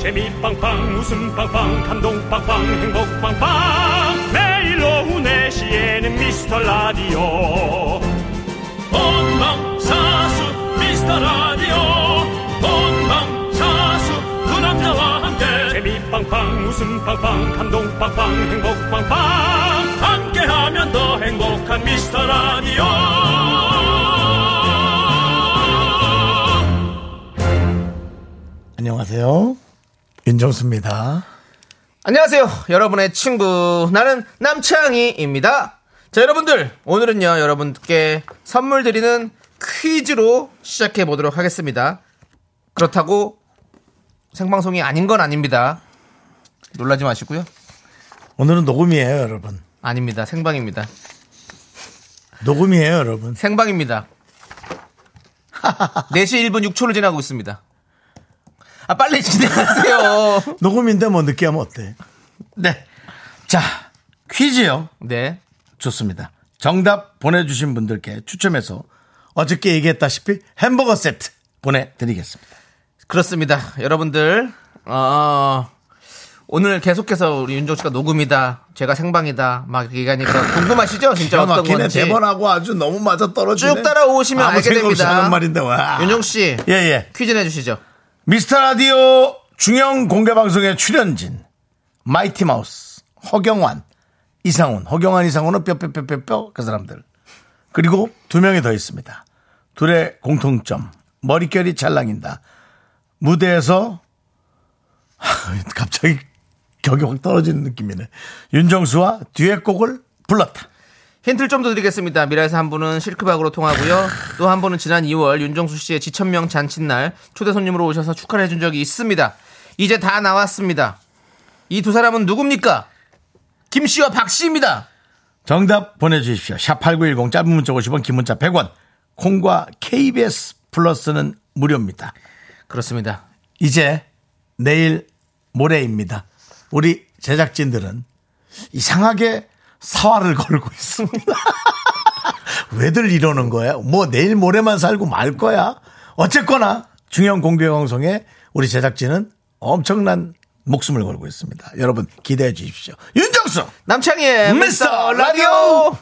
재미 빵빵 웃음 빵빵 감동 빵빵 행복 빵빵 매일 오후 4시에는 미스터 라디오 본방사수 미스터 라디오 본방사수 그 남자와 함께 재미 빵빵 웃음 빵빵 감동 빵빵 행복 빵빵 함께하면 더 행복한 미스터 라디오 안녕하세요. 윤정수입니다. 안녕하세요. 여러분의 친구. 나는 남창희입니다. 자, 여러분들. 오늘은요, 여러분께 선물 드리는 퀴즈로 시작해 보도록 하겠습니다. 그렇다고 생방송이 아닌 건 아닙니다. 놀라지 마시고요. 오늘은 녹음이에요, 여러분. 아닙니다. 생방입니다. 녹음이에요, 여러분. 생방입니다. 4시 1분 6초를 지나고 있습니다. 아, 빨리 진행하세요. 녹음인데 뭐 느끼하면 어때? 네. 자, 퀴즈요. 네. 좋습니다. 정답 보내주신 분들께 추첨해서 어저께 얘기했다시피 햄버거 세트. 보내드리겠습니다. 그렇습니다. 여러분들, 어, 오늘 계속해서 우리 윤종 씨가 녹음이다, 제가 생방이다, 막 얘기하니까 궁금하시죠? 진짜 어떤 막히네 건지. 대본하고 아주 너무 맞아 떨어지네. 쭉 따라오시면 아무 알게 생각 없이 됩니다. 하는 말인데 와. 윤종 씨, 예, 예. 퀴즈 내주시죠. 미스터 라디오 중형 공개 방송의 출연진 마이티 마우스, 허경환, 이상훈, 허경환 이상훈은 뼈뼈뼈뼈뼈 그 사람들. 그리고 두 명이 더 있습니다. 둘의 공통점 머릿결이 찰랑인다. 무대에서 갑자기 격이 확 떨어지는 느낌이네. 윤정수와 뒤의 곡을 불렀다. 힌트를 좀 더 드리겠습니다. 미라에서 한 분은 실크박으로 통하고요. 또 한 분은 지난 2월 윤정수 씨의 지천명 잔칫날 초대 손님으로 오셔서 축하를 해준 적이 있습니다. 이제 다 나왔습니다. 이 두 사람은 누굽니까? 김 씨와 박 씨입니다. 정답 보내주십시오. 샵8910 짧은 문자 50원 긴 문자 100원 콩과 KBS 플러스는 무료입니다. 그렇습니다. 이제 내일 모레입니다. 우리 제작진들은 이상하게 사활을 걸고 있습니다. 왜들 이러는 거야? 뭐 내일 모레만 살고 말 거야? 어쨌거나 중형 공개 방송에 우리 제작진은 엄청난 목숨을 걸고 있습니다. 여러분 기대해 주십시오. 윤정수 남창희의 미스터 라디오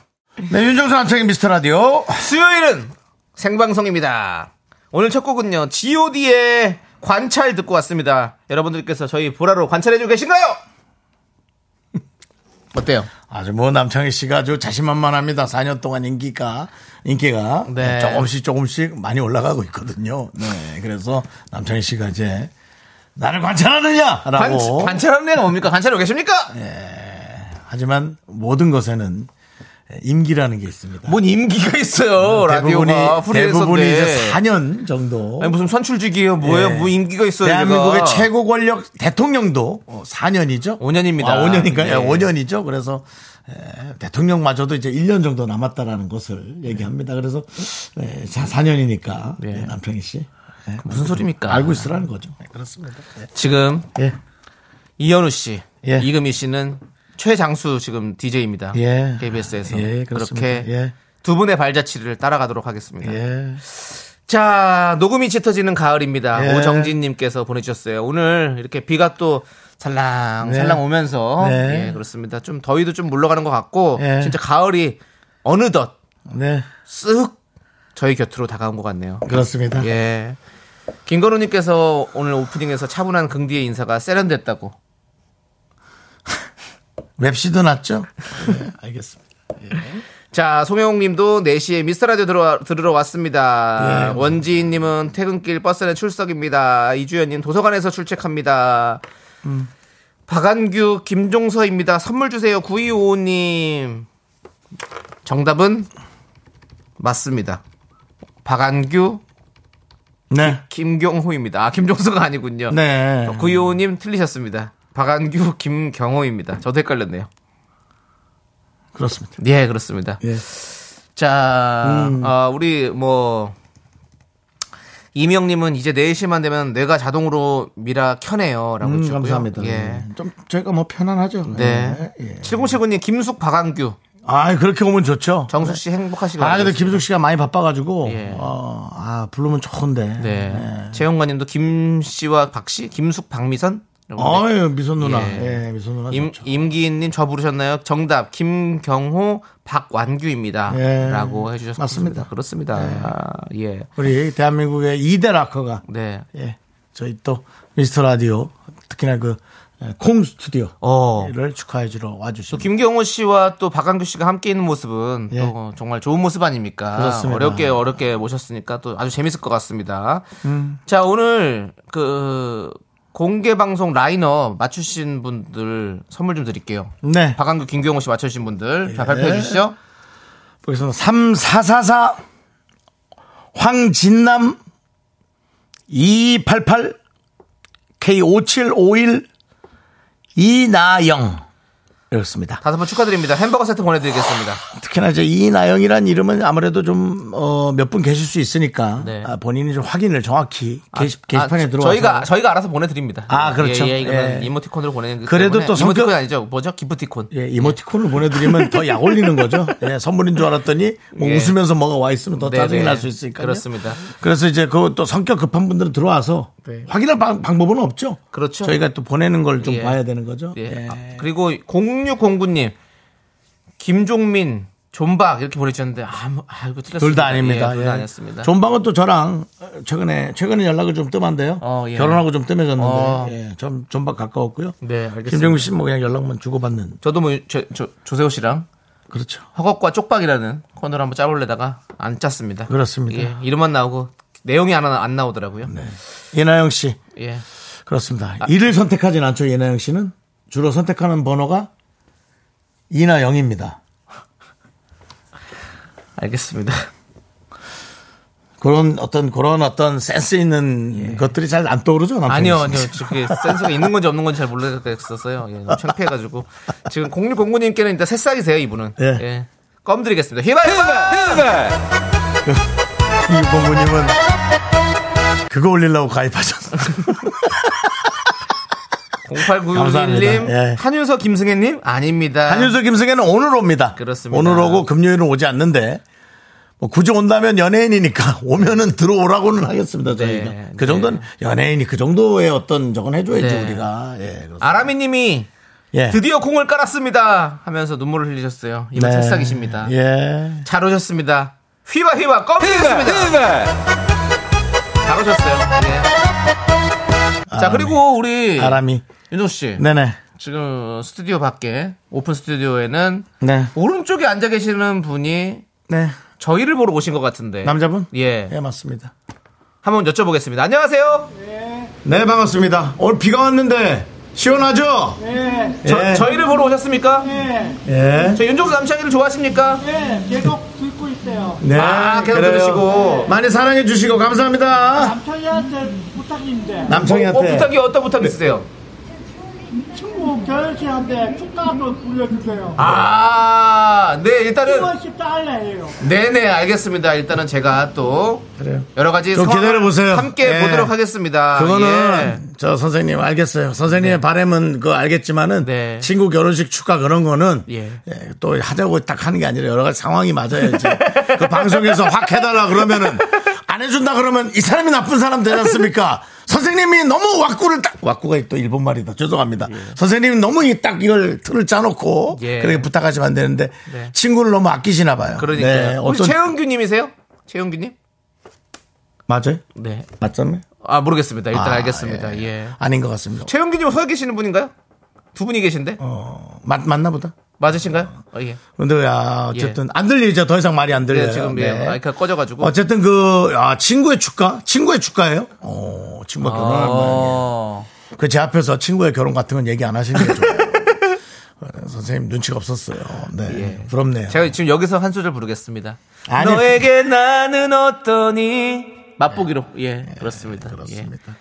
네, 윤정수 남창의 미스터 라디오 수요일은 생방송입니다. 오늘 첫 곡은요 G.O.D의 관찰 듣고 왔습니다. 여러분들께서 저희 보라로 관찰해주고 계신가요? 어때요? 아주 뭐 남창희 씨가 아주 자신만만합니다. 4년 동안 인기가 인기가 네. 조금씩 조금씩 많이 올라가고 있거든요. 네, 그래서 남창희 씨가 이제 나를 관, 관찰하느냐라고 네. 관찰하는 애가 뭡니까? 관찰하고 계십니까? 하지만 모든 것에는 임기라는 게 있습니다. 뭔 임기가 있어요 뭐, 라디오가 대부분이 이제 프리랜서인데 네. 4년 정도 아니, 무슨 선출직이에요 예. 뭐예요 뭐 임기가 있어요 대한민국의 얘가. 최고 권력 대통령도 4년이죠. 오 년입니다. 아, 5년인가요? 네. 5년이죠. 그래서 에, 대통령마저도 이제 1년 정도 남았다라는 것을 얘기합니다. 그래서 예, 에, 자 4년이니까 예, 네. 남편이 씨 예. 무슨 소리입니까? 네, 알고 있으라는 거죠. 그렇습니다. 지금 예. 이현우 씨, 예. 이금희 씨는 최장수 지금 DJ입니다. 예. KBS에서 예, 그렇습니다. 그렇게 예. 두 분의 발자취를 따라가도록 하겠습니다. 예. 자, 녹음이 짙어지는 가을입니다. 예. 오정진님께서 보내주셨어요. 오늘 이렇게 비가 또 살랑 살랑 오면서 네. 예, 그렇습니다. 좀 더위도 좀 물러가는 것 같고 예. 진짜 가을이 어느덧 네. 쓱 저희 곁으로 다가온 것 같네요. 그렇습니다. 예. 김건우님께서 오늘 오프닝에서 차분한 긍디의 인사가 세련됐다고. 웹시도 났죠? 예, 네, 알겠습니다. 자, 송영웅 님도 4시에 미스터 라디오 들어, 들으러 왔습니다. 원지인 님은 퇴근길 버스 내 출석입니다. 이주연 님 도서관에서 출첵합니다. 음. 박안규 김종서입니다. 선물 주세요. 9255 님. 정답은 맞습니다. 박안규 네. 김경호입니다. 아, 김종서가 아니군요. 네. 9255 님 틀리셨습니다. 박안규 김경호입니다. 저도 헷갈렸네요. 그렇습니다. 예, 그렇습니다. 예. 자, 음. 아, 우리 뭐 이명님은 이제 4시만 되면 뇌가 자동으로 미라 켜네요라고 음, 해주셨고요. 감사합니다. 그렇죠. 예. 좀 저희가 뭐 편안하죠. 네. 예. 7079님 김숙 박한규 아, 그렇게 오면 좋죠. 정수 씨 행복하시길 아, 근데 바라겠습니다. 김숙 씨가 많이 바빠가지고, 예. 어, 아, 부르면 좋은데. 예. 네. 최영관님도 김 씨와 박 씨, 김숙 박미선 어, 아유, 미소 누나. 예. 예, 미소 누나. 임, 좋죠. 임기인님 저 부르셨나요? 정답 김경호 박완규입니다. 예. 라고 해주셨습니다. 맞습니다. 그렇습니다. 아, 네. 예. 우리 대한민국의 이대 락커가 네. 예, 저희 또 미스터 라디오 특히나 그 콩 스튜디오를 어. 축하해 주러 또 와주신 김경호 씨와 또 박완규 씨가 함께 있는 모습은 예. 또 정말 좋은 모습 아닙니까? 그렇습니다. 어렵게 어렵게 모셨으니까 또 아주 재밌을 것 같습니다. 음. 자 오늘 그 공개 방송 라인업 맞추신 분들 선물 좀 드릴게요. 분. 네, 박완규, 김경호 씨 맞추신 분들 예. 자 발표해 주시죠. 거기서 3444 황진남 2288 K5751 이나영 이렇습니다. 다섯 번 축하드립니다. 햄버거 세트 보내드리겠습니다. 특히나 이제 이나영이란 이름은 아무래도 좀 어, 몇 분 계실 수 있으니까 네. 아, 본인이 좀 확인을 정확히 게시, 게시판에 아, 들어와서 저희가 저희가 알아서 보내드립니다. 아, 그렇죠. 예, 예, 이거는 예. 이모티콘으로 보내는 거기 그래도 때문에 또 성격- 이모티콘 아니죠? 뭐죠? 기프티콘. 예, 이모티콘을 보내드리면 더 약 올리는 거죠. 예, 선물인 줄 알았더니 뭐 예. 웃으면서 뭐가 와 있으면 더 네, 짜증이 네. 날 수 있으니까. 그렇습니다. 그래서 이제 그 또 성격 급한 분들은 들어와서 네. 확인할 방, 방법은 없죠. 그렇죠. 저희가 또 보내는 걸 좀 예. 봐야 되는 거죠. 예. 예. 아, 그리고 0609님, 김종민, 존박 이렇게 보내주셨는데 아무 아 이거 틀렸습니다. 둘 다 아닙니다. 예, 예. 둘다 아니었습니다. 존방은 또 저랑 최근에 최근에 연락을 좀 뜸한데요. 어, 예. 결혼하고 좀 뜸해졌는데 어. 예, 좀 존박 가까웠고요. 네, 알겠습니다. 김정민 씨는 뭐 그냥 연락만 주고받는 저도 뭐 저, 저, 조세호 씨랑 그렇죠. 허겁과 쪽박이라는 코너를 한번 짜보려다가 안 짰습니다. 네. 그렇습니다. 예, 이름만 나오고 내용이 안, 안 나오더라고요. 네. 이나영 씨 예. 그렇습니다. 아. 이를 선택하진 않죠. 이나영 씨는 주로 선택하는 번호가 이나영입니다. 알겠습니다. 그런 어떤 그런 어떤 센스 있는 것들이 잘 안 떠오르죠. 남편이. 예. 아니요, 아니요. 저게 센스가 있는 건지 없는 건지 잘 모르겠었어요. 예, 너무 창피해가지고. 지금 0609님께는 일단 새싹이세요, 이분은. 예. 예. 껌 드리겠습니다. 휘발, 휘발! 이 부모님은 그거 올리려고 가입하셨어요. 0891님, 감사합니다. 예. 한윤서 김승혜님 아닙니다. 한윤서 김승혜는 오늘 옵니다. 그렇습니다. 오늘 오고 금요일은 오지 않는데 뭐 굳이 온다면 연예인이니까 오면은 들어오라고는 하겠습니다. 저희가 네, 그 네. 정도는 연예인이 그 정도의 어떤 저건 해줘야지 네. 우리가 예, 그렇습니다. 아라미님이 예. 드디어 콩을 깔았습니다 하면서 눈물을 흘리셨어요. 이분 네. 새싹이십니다. 예. 잘 오셨습니다. 휘바 휘바 껌 드리겠습니다. 잘 오셨어요. 예. 자 그리고 우리 아람이 윤종 씨 네네 지금 스튜디오 밖에 오픈 스튜디오에는 네. 오른쪽에 앉아 계시는 분이 네 저희를 보러 오신 것 같은데 남자분 예 예 맞습니다. 한번 여쭤보겠습니다. 안녕하세요. 네 반갑습니다. 오늘 비가 왔는데 시원하죠? 네. 저, 예. 저희를 보러 오셨습니까? 예. 저 윤종수 남창희를 좋아하십니까? 네, 계속 듣고 있어요. 네. 아, 계속 그래요. 들으시고. 많이 사랑해 주시고 감사합니다. 남편이한테 부탁인데 남성이한테 네. 어, 부탁이 어떤 부탁 있으세요? 친구 결혼식한데 축가 좀 불려주세요. 아, 네, 일단은. 10원씩 달래요. 네네, 알겠습니다. 일단은 제가 또. 그래요. 여러 가지 좀 상황을 기다려보세요. 함께 예. 보도록 하겠습니다. 예. 그거는 저 선생님 알겠어요. 선생님의 바람은 그 알겠지만은 네. 친구 결혼식 축가 그런 거는 예. 예, 또 하자고 딱 하는 게 아니라 여러 가지 상황이 맞아야지. 그 방송에서 확 해달라 그러면은 안 해준다 그러면 이 사람이 나쁜 사람 되지 않습니까? 선생님이 너무 왁구를 딱 왁구가 또 일본 말이다. 죄송합니다. 선생님이 너무 이딱 이걸 틀을 짜놓고 예. 그렇게 부탁하시면 안 되는데 네. 친구를 너무 아끼시나 봐요. 예. 그러니까요. 네, 혹시 어떤 최은규님이세요? 최은규님? 맞아요? 네. 맞잖아요. 아, 모르겠습니다. 일단 아, 알겠습니다. 예. 아닌 것 같습니다. 최은규님 서 계시는 분인가요? 두 분이 계신데? 어. 맞 맞나 보다. 맞으신가요? 어, 예. 근데 야 어쨌든 안 들리죠 더 이상 말이 안 들려요. 네, 지금 예, 네. 마이크가 꺼져가지고. 어쨌든 그 아, 친구의 축가 친구의 축가예요. 어 친구가 결혼할 거예요. 어. 그제 앞에서 친구의 결혼 같은 건 얘기 안 하시는 게 좋아요. 어, 선생님 눈치가 없었어요. 네 예. 부럽네요. 제가 지금 여기서 한 소절 부르겠습니다. 아니요. 네. 너에게 나는 어떠니? 맛보기로. 예, 그렇습니다. 네. 그렇습니다. 예.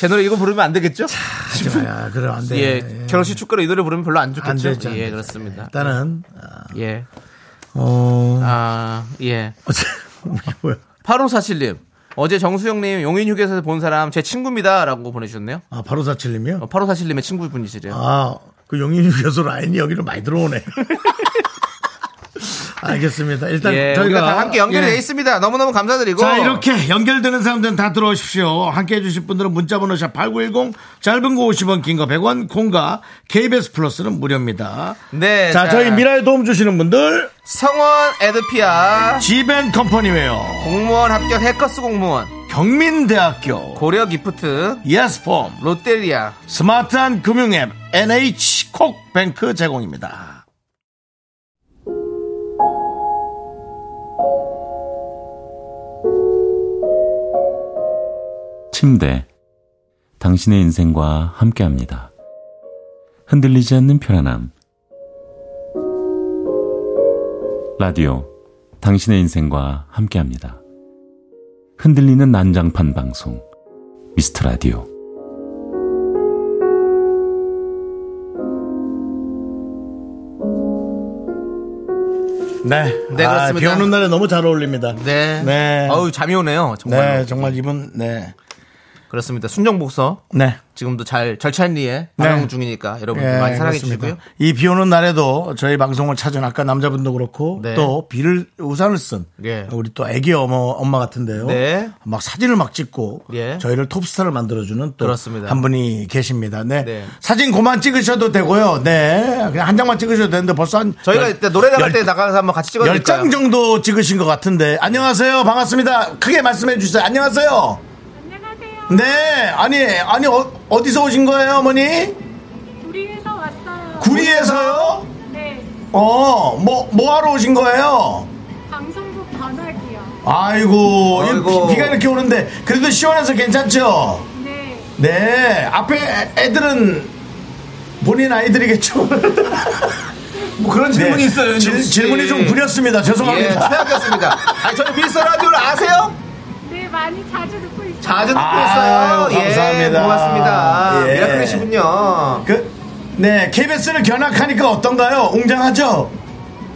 제 노래 이거 부르면 안 되겠죠? 하지 마야 그래 안 돼. 예, 결혼식 축가로 이 노래 부르면 별로 안 좋겠죠? 네. 안 되죠. 안 예, 되죠. 그렇습니다. 일단은 아. 예. 어 아, 예. 이게 뭐야? 8547님. 어제 정수영님 용인 휴게소에서 본 사람 제 친구입니다라고 보내주셨네요. 어, 아 바로 사칠님이요? 그 8547님의 아, 친구분이시래요. 아그 용인 휴게소 라인이 여기로 많이 들어오네. 알겠습니다. 일단 예, 저희가 우리가 다 함께 연결이 예. 돼 있습니다. 너무너무 감사드리고. 자, 이렇게 연결되는 사람들은 다 들어오십시오. 함께 해주실 분들은 문자번호 샵8910, 짧은 거 50원, 긴 거 100원, 콩과 KBS 플러스는 무료입니다. 네. 자, 저희 미라에 도움 주시는 분들, 성원 에드피아. 지벤 컴퍼니웨어, 공무원 합격 해커스 공무원. 경민대학교, 고려 기프트. 예스폼, 롯데리아. 스마트한 금융앱, NH콕뱅크 제공입니다. 침대. 당신의 인생과 함께 합니다. 흔들리지 않는 편안함. 라디오. 당신의 인생과 함께 합니다. 흔들리는 난장판 방송. 미스터 라디오. 네. 네, 아, 그렇습니다. 비 오는 날에 너무 잘 어울립니다. 네. 네. 어우, 잠이 오네요. 정말. 네, 정말 이분, 네. 그렇습니다. 순정복서. 네. 지금도 잘 절찬리에 방영 중이니까 여러분 들 많이 사랑해 주시고요. 예, 이 비 오는 날에도 저희 방송을 찾은 아까 남자분도 그렇고 네. 또 비를 우산을 쓴 예. 우리 또 애기 어머 엄마 같은데요. 네. 막 사진을 막 찍고 예. 저희를 톱스타를 만들어주는 또 그렇습니다. 한 분이 계십니다. 네. 네. 사진 그만 찍으셔도 되고요. 네. 그냥 한 장만 찍으셔도 되는데 벌써 한 저희가 열- 이때 노래 나갈 열- 때 나가서 한번 같이 찍어 열 드릴까요? 장 정도 찍으신 것 같은데. 안녕하세요. 반갑습니다. 크게 말씀해 주세요. 안녕하세요. 안녕하세요. 네. 아니, 아니, 어, 디서 오신 거예요, 어머니? 우리에서 왔어요. 구리에서요? 네, 어, 뭐, 뭐 하러 오신 거예요? 방송국 변화기요. 아이고, 이 아이고. 비, 가 이렇게 오는데, 그래도 시원해서 괜찮죠? 네, 네, 앞에 애- 애들은 본인 아이들이겠죠? 뭐 그런 네. 질문이 있어요, 윤정 씨. 질문이 좀 부렸습니다. 예, 죄송합니다. 최악이었습니다. 아니, 저희 미스터 라디오를 아세요? 네 많이 자주 듣고 있어요. 자주 듣고 아유, 있어요. 예, 감사합니다. 고맙습니다. 예. 미라클이시군요. 그, 네, KBS를 견학하니까 어떤가요? 웅장하죠?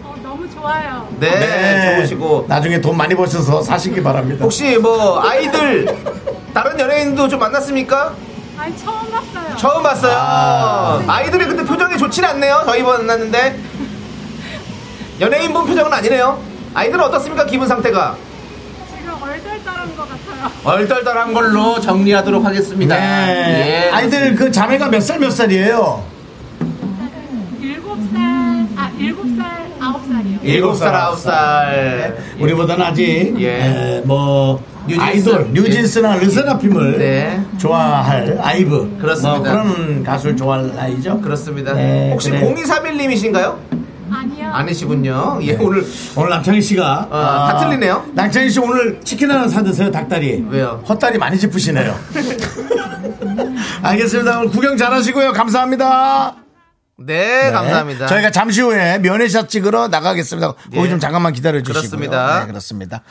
어, 너무 좋아요. 네, 좋으시고. 나중에 돈 많이 버셔서 사시기 바랍니다. 혹시 뭐 아이들 다른 연예인도 좀 만났습니까? 아니 처음 봤어요. 처음 봤어요. 아... 이들이 근데 표정이 좋진 않네요. 저희 만났는데 연예인 분 표정은 아니네요. 아이들은 어떻습니까? 기분 상태가 지금 얼떨떨한 것 같아요. 얼떨떨한 걸로 정리하도록 하겠습니다. 네. 예. 아이들 그 자매가 몇 살 몇 살이에요? 일곱 살아 일곱 살 아홉 살이요. 일곱 살 아홉 살. 우리보다는 아직 예. 에, 뭐 뉴진스. 예. 아이돌 뉴진스나 르세라핌을 네. 좋아할 아이브 그렇습니다. 뭐 그런 가수를 좋아할 나이죠. 그렇습니다. 네, 혹시 그래. 0231님이신가요? 아니요. 아니시군요. 예, 오늘 오늘 남창희 씨가 아, 어, 다 틀리네요. 남창희 씨 오늘 치킨 하나 사 드세요 닭다리. 왜요? 헛다리 많이 짚으시네요. 알겠습니다. 오늘 구경 잘하시고요. 감사합니다. 네, 감사합니다. 저희가 잠시 후에 면회샷 찍으러 나가겠습니다. 거기 예. 좀 잠깐만 기다려 주시고요. 그렇습니다. 네, 그렇습니다.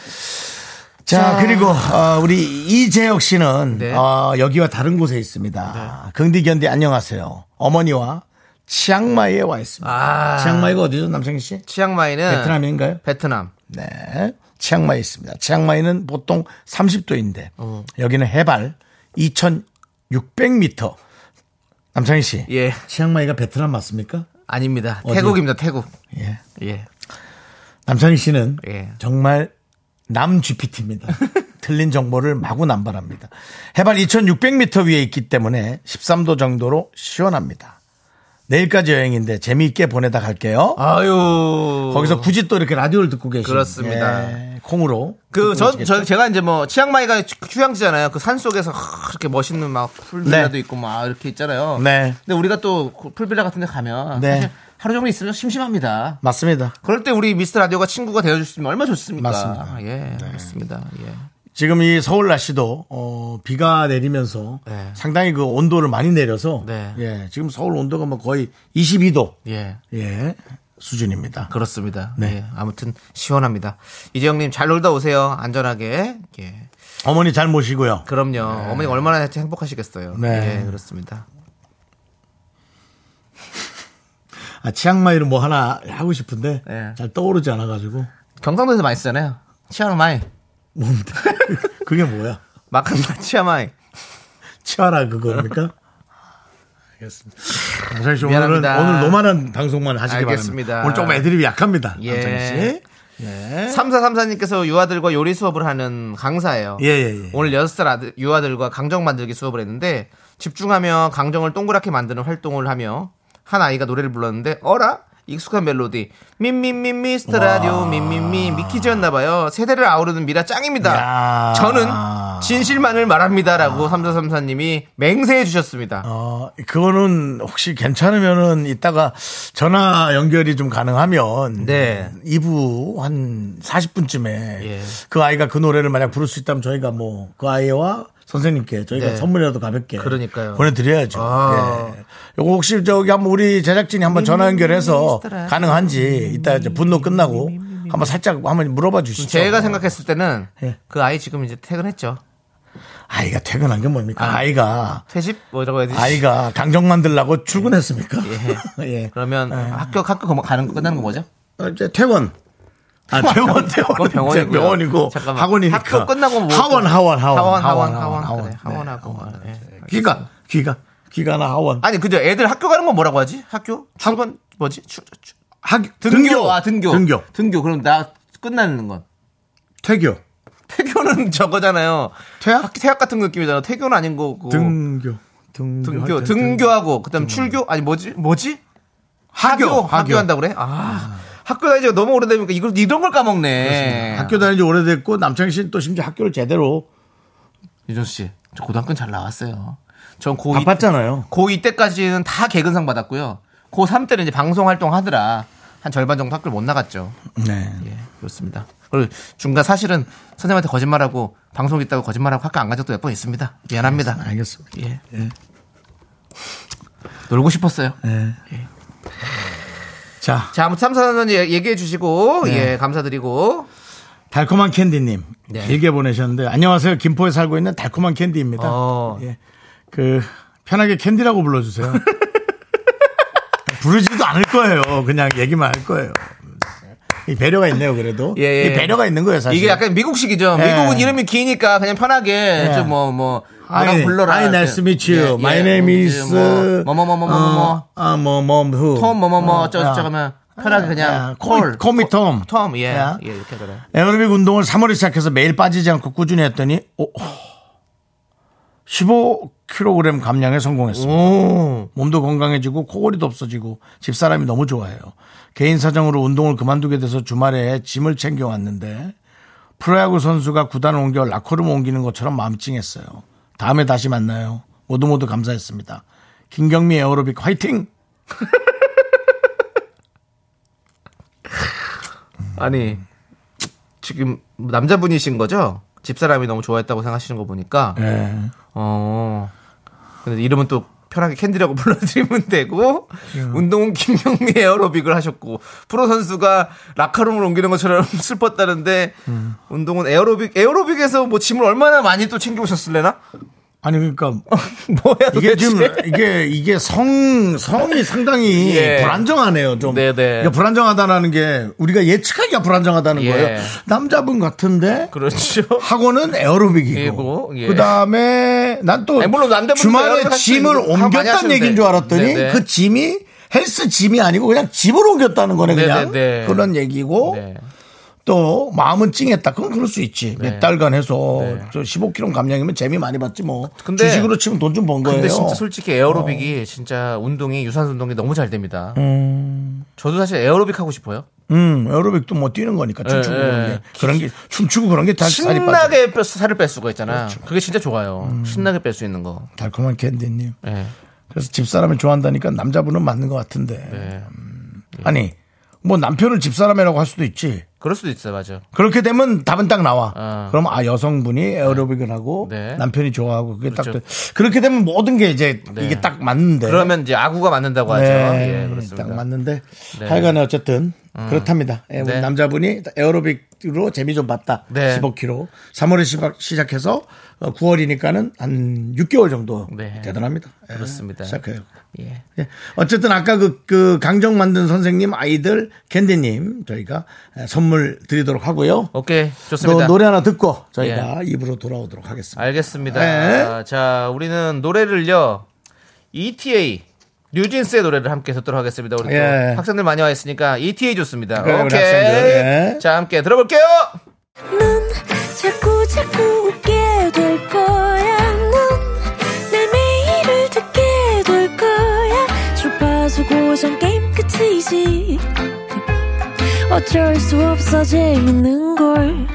자, 그리고 어, 우리 이재혁 씨는 네. 어, 여기와 다른 곳에 있습니다. 긍디 견디 안녕하세요. 어머니와 치앙마이에 와 있습니다. 아. 네. 치앙마이가 어디죠, 남창희 씨? 치앙마이는 베트남인가요? 베트남. 네. 치앙마이 있습니다. 치앙마이는 보통 30도인데 어. 여기는 해발 2,600m. 남창희 씨. 예. 치앙마이가 베트남 맞습니까? 아닙니다. 어디? 태국입니다. 태국. 예. 예. 남창희 씨는 예. 정말 남 GPT입니다. 틀린 정보를 마구 남발합니다. 해발 2,600m 위에 있기 때문에 13도 정도로 시원합니다. 내일까지 여행인데 재미있게 보내다 갈게요. 아유. 거기서 굳이 또 이렇게 라디오를 듣고 계시는 그렇습니다. 예, 콩으로 듣고 그전 계시겠죠? 저, 제가 이제 뭐 치앙마이가 휴양지잖아요. 그 산 속에서 그렇게 멋있는 막 풀빌라도 네. 있고 막 이렇게 있잖아요. 네. 근데 우리가 또그 풀빌라 같은 데 가면 네. 사실 하루 종일 있으면 심심합니다. 맞습니다. 그럴 때 우리 미스터 라디오가 친구가 되어 주시면 얼마나 좋습니까? 맞습니다. 네. 예. 그렇습니다. 예. 지금 이 서울 날씨도 어, 비가 내리면서 네. 상당히 그 온도를 많이 내려서 네. 예, 지금 서울 온도가 뭐 거의 22도 예. 예, 수준입니다. 그렇습니다. 네. 예. 아무튼 시원합니다. 이재영님 잘 놀다 오세요. 안전하게. 예. 어머니 잘 모시고요. 그럼요. 어머니 가 얼마나 행복하시겠어요. 네. 예, 그렇습니다. 아, 치앙마이로 뭐 하나 하고 싶은데 네. 잘 떠오르지 않아가지고 경상도에서 많이 쓰잖아요. 치앙마이. 뭔데? 그게 뭐야? 마카마 치앙마이. 치아라 그거입니까? 알겠습니다. 남창희 씨 오늘은 미안합니다. 오늘 노만한 방송만 하시기 알겠습니다. 바랍니다. 오늘 조금 애드립이 약합니다. 예. 남창희 씨. 3434님께서 유아들과 요리 수업을 하는 강사예요. 예, 예, 예. 오늘 6살 아들, 유아들과 강정 만들기 수업을 했는데 집중하며 강정을 동그랗게 만드는 활동을 하며 한 아이가 노래를 불렀는데 어라? 익숙한 멜로디 민민민 미스터 라디오 민민미 미키즈였나봐요 세대를 아우르는 미라 짱입니다 야. 저는 진실만을 말합니다라고 3434님이 맹세해 주셨습니다 어, 그거는 혹시 괜찮으면은 이따가 전화 연결이 좀 가능하면 네. 2부 한 40분쯤에 예. 그 아이가 그 노래를 만약 부를 수 있다면 저희가 뭐 그 아이와 선생님께 저희가 네. 선물이라도 가볍게 그러니까요. 보내드려야죠. 아. 예. 요거 혹시 저기 한번 우리 제작진이 한번 전화 연결해서 가능한지 이따 이제 분노 끝나고 한번 살짝 한번 물어봐 주시죠. 제가 생각했을 때는 예. 그 아이 지금 이제 퇴근했죠 아이가 퇴근한 게 뭡니까? 아. 아이가 퇴집 뭐라고 해야 되지 아이가 강정 만들라고 출근했습니까? 예. 예. 그러면 학교 학교 거- 가는 거 끝나는 거 뭐죠? 어, 이제 퇴원. 아, 퇴원, 퇴원. 그건 병원이고요. 병원이고. 잠깐만. 학원이니까. 학교 끝나고 뭐 하원, 하원, 하원. 하원, 하원, 하원, 그래. 네. 하원하고. 예. 귀가, 귀가. 귀가나 하원. 아니 그죠? 애들 학교 가는 건 뭐라고 하지? 학교? 출근 뭐지? 출, 출, 학, 아 등교. 등교. 등교. 그럼 나 끝나는 건 퇴교. 퇴교는 저거잖아요. 퇴학? 학- 퇴학 같은 느낌이잖아. 퇴교는 아닌 거고. 등교. 등교. 등교, 하여튼 등교하고 그다음 출교 아니 뭐지? 뭐지? 학교, 학교, 학교. 한다 그래? 아. 학교 다니지 너무 오래되니까 이걸 이런 걸 까먹네. 학교 다닌 지 오래됐고, 남창희 씨는 또 심지어 학교를 제대로 유정 씨, 저 고등학교 잘 나왔어요. 전 고2 바빴잖아요. 고2 때까지는 다 개근상 받았고요. 고3 때는 이제 방송 활동 하느라 한 절반 정도 학교를 못 나갔죠. 네. 예, 그렇습니다. 그리고 중간 사실은 선생님한테 거짓말하고 방송 있다고 거짓말하고 학교 안 간 적도 몇 번 있습니다. 미안합니다. 네, 알겠습니다. 예. 놀고 싶었어요. 네. 자, 자, 아무튼 삼사선언 예, 얘기해 주시고, 네. 예, 감사드리고. 달콤한 캔디님 네. 길게 보내셨는데 안녕하세요 김포에 살고 있는 달콤한 캔디입니다. 어. 예. 그 편하게 캔디라고 불러주세요. 부르지도 않을 거예요. 그냥 얘기만 할 거예요. 이 배려가 있네요. 그래도 예, 예. 이 배려가 있는 거예요. 사실 이게 약간 미국식이죠. 예. 미국은 이름이 기니까 그냥 편하게 예. 좀 뭐, 뭐, 뭐라고 아이, 불러라. 아이, nice to meet you. 예, My 예, name 뭐지, is 뭐, 뭐, 뭐, 뭐, 뭐, 뭐, 뭐. 아, 뭐, 뭐, who. 톰, 뭐, 뭐, 뭐, 저, 아. 저, 하면 편하게 그냥. 아, call me- call me Tom. 톰, 예. 야. 예, 이렇게 그래. 에어로빅 운동을 3월에 시작해서 매일 빠지지 않고 꾸준히 했더니 15kg 감량에 성공했습니다. 몸도 건강해지고 코골이도 없어지고 집사람이 너무 좋아해요. 개인 사정으로 운동을 그만두게 돼서 주말에 짐을 챙겨왔는데 프로야구 선수가 구단 옮겨 라커룸 옮기는 것처럼 마음이 찡했어요. 다음에 다시 만나요. 모두 모두 감사했습니다. 김경미 에어로빅 화이팅! 아니, 지금 남자분이신 거죠? 집사람이 너무 좋아했다고 생각하시는 거 보니까. 예. 어. 근데 이름은 또 편하게 캔디라고 불러드리면 되고 예. 운동은 김경미 에어로빅을 하셨고 프로 선수가 라카룸을 옮기는 것처럼 슬펐다는데 음. 운동은 에어로빅 에어로빅에서 뭐 짐을 얼마나 많이 또 챙겨오셨을래나 아니 그러니까 뭐야 이게 도대체? 지금 이게 이게 성 성이 상당히 예. 불안정하네요. 좀 네네. 이게 불안정하다라는 게 우리가 예측하기가 불안정하다는 예. 거예요. 남자분 같은데 그렇죠 학원은 에어로빅이고 이고, 예. 그다음에 난 또 아니, 물론 남자분들도 주말에 에어로빅 할수 짐을 있는 거 많이 옮겼다는 하시는데. 얘기인 줄 알았더니 네네. 그 짐이 헬스 짐이 아니고 그냥 집을 옮겼다는 거네 그냥 네네네. 그런 얘기고 네. 또 마음은 찡했다. 그건 그럴 수 있지. 몇 달간 해서 저 15kg 감량이면 재미 많이 봤지 뭐. 네. 근데- 주식으로 치면 돈 좀 번 거예요. 근데 진짜 솔직히 에어로빅이 진짜 운동이 유산소 운동이 너무 잘 됩니다. 저도 사실 에어로빅 하고 싶어요. 음, 에어로빅도 뭐 뛰는 거니까 춤추고 예, 그런 예. 게 그런 게 춤추고 그런 게다 살이 그렇죠, 빠져. 신나게 뺄 수- 살을 뺄 수가 있잖아. 그게 진짜 좋아요. 음. 신나게 뺄 수 있는 거. 달콤한 캔디님. 예. 그래서 집사람을 좋아한다니까 남자분은 맞는 것 같은데. 음. 예. 아니 뭐 남편을 집사람이라고 할 수도 있지. 그럴 수도 있어요, 맞아. 그렇게 되면 답은 딱 나와. 아. 그럼 아 여성분이 에어로빅을 하고 네. 남편이 좋아하고 그게 딱 그렇죠. 네. 돼. 그렇게 되면 모든 게 이제 이게 딱 맞는데. 그러면 이제 아구가 맞는다고 하죠. 네, 예, 그렇습니다. 음. 딱 맞는데 하여간에 어쨌든 그렇답니다. 예, 우리 네. 남자분이 에어로빅으로 재미 좀 봤다. 네. 15kg. 3월에 시작, 해서 9월이니까는 한 6개월 정도 네. 대단합니다. 예, 그렇습니다. 시작해요. 예. 예, 어쨌든 아까 그, 그 강정 만든 선생님 아이들 캔디님 저희가 예, 선물 드리도록 하고요. 오케이, 좋습니다. 예. 또 노래 하나 듣고 저희가 입으로 돌아오도록 하겠습니다. 알겠습니다. 네. 아, 자, 우리는 노래를요. ETA 뉴진스의 노래를 함께 듣도록 하겠습니다. 우리 또 예. 학생들 많이 와 있으니까 ETA 좋습니다. 그래, 우리 오케이. 학생들. 예. 자, 함께 들어볼게요. 넌 자꾸 자꾸 웃게 될 거야. 넌내 매일을 듣게 될 거야. 주파수 고정 게임 끝이지. 어쩔 수 없어 재밌는 걸.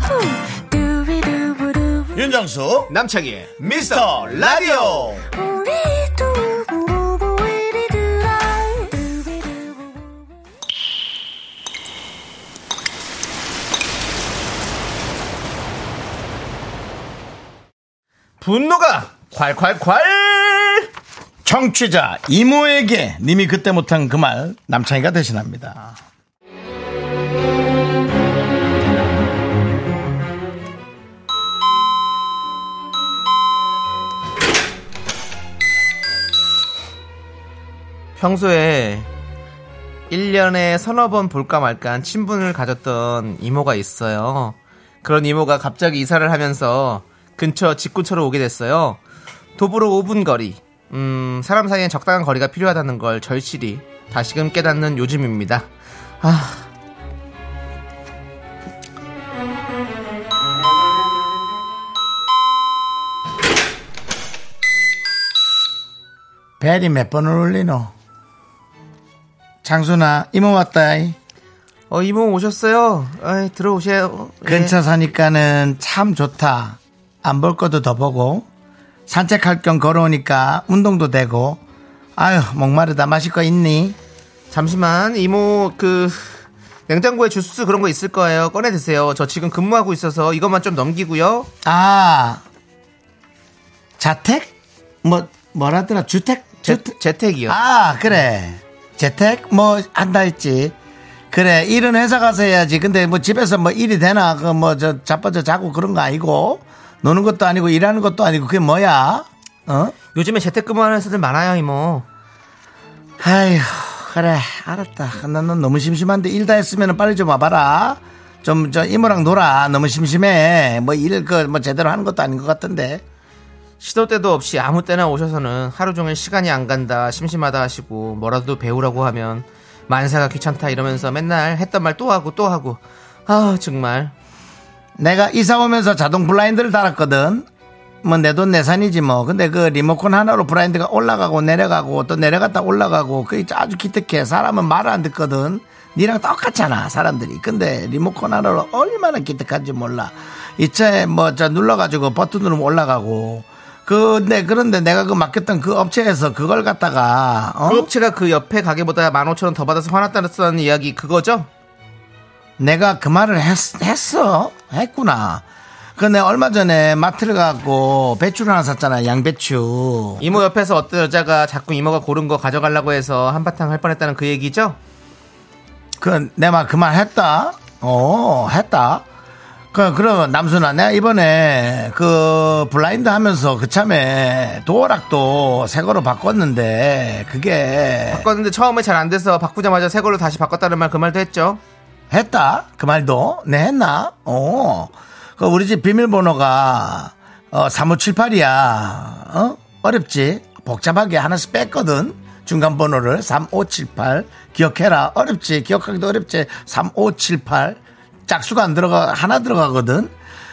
후. 두비두부두부. 윤정수 남창희의 미스터 라디오 우리 두부부부 우리 두라. 두비두부부부. 분노가 콸콸콸! 청취자 이모에게 님이 그때 못한 그 말 남창희가 대신합니다. 평소에 1년에 서너 번 볼까 말까 한 친분을 가졌던 이모가 있어요. 그런 이모가 갑자기 이사를 하면서 근처 직구처로 오게 됐어요. 도보로 5분 거리. 음, 사람 사이에 적당한 거리가 필요하다는 걸 절실히 다시금 깨닫는 요즘입니다. 아. 벨이 몇 번을 울리노? 장순아 이모 왔다이. 어, 이모 오셨어요? 아이, 들어오세요. 예. 근처 사니까는 참 좋다. 안 볼 것도 더 보고 산책할 겸 걸어오니까 운동도 되고 아유 목마르다 마실 거 있니? 잠시만 이모 그 냉장고에 주스 그런 거 있을 거예요. 꺼내 드세요. 저 지금 근무하고 있어서 이것만 좀 넘기고요. 아 자택? 뭐 뭐라더라 주택? 재, 주택? 재택이요. 아 그래 재택 뭐 한다 했지 그래 일은 회사 가서 해야지 근데 뭐 집에서 뭐 일이 되나 그 뭐 저 자빠져 자고 그런 거 아니고 노는 것도 아니고 일하는 것도 아니고 그게 뭐야 어? 요즘에 재택근무하는 회사들 많아요, 이모. 아휴 그래 알았다 나는 너무 심심한데 일 다 했으면 빨리 좀 와봐라 좀 저 이모랑 놀아 너무 심심해 뭐 일 그 뭐 제대로 하는 것도 아닌 것 같은데 시도 때도 없이 아무 때나 오셔서는 하루 종일 시간이 안 간다, 심심하다 하시고 뭐라도 배우라고 하면 만사가 귀찮다 이러면서 맨날 했던 말 또 하고 또 하고 아 정말 내가 이사 오면서 자동 블라인드를 달았거든. 뭐 내 돈 내산이지 뭐. 근데 그 리모컨 하나로 블라인드가 올라가고 내려가고 또 내려갔다 올라가고 그게 아주 기특해. 사람은 말을 안 듣거든. 니랑 똑같잖아 사람들이. 근데 리모컨 하나로 얼마나 기특한지 몰라. 이차에 뭐 저 눌러가지고 버튼 누르면 올라가고. 근데 그런데 내가 그 맡겼던 그 업체에서 그걸 갖다가 어? 그 업체가 그 옆에 가게보다 15,000원 더 받아서 화났다는 이야기 그거죠? 내가 그 말을 했, 했어 했구나. 근데 얼마 전에 마트를 가고 배추를 하나 샀잖아 양배추. 이모 옆에서 어떤 여자가 자꾸 이모가 고른 거 가져가려고 해서 한바탕 할 뻔했다는 그 얘기죠? 그, 내 말 그만 했다? 어, 했다? 그, 그럼, 남순아, 내가 이번에, 그, 블라인드 하면서 그참에 도어락도 새 거로 바꿨는데, 그게, 바꿨는데 처음에 잘 안 돼서 바꾸자마자 새 걸로 다시 바꿨다는 말 그 말도 했죠? 했다? 그 말도? 내 했나? 어. 그, 우리 집 비밀번호가, 어, 3578이야. 어? 어렵지? 복잡하게 하나씩 뺐거든? 중간 번호를 3578. 기억해라. 어렵지? 기억하기도 어렵지? 3578. 짝수가 안 들어가, 하나 들어가거든?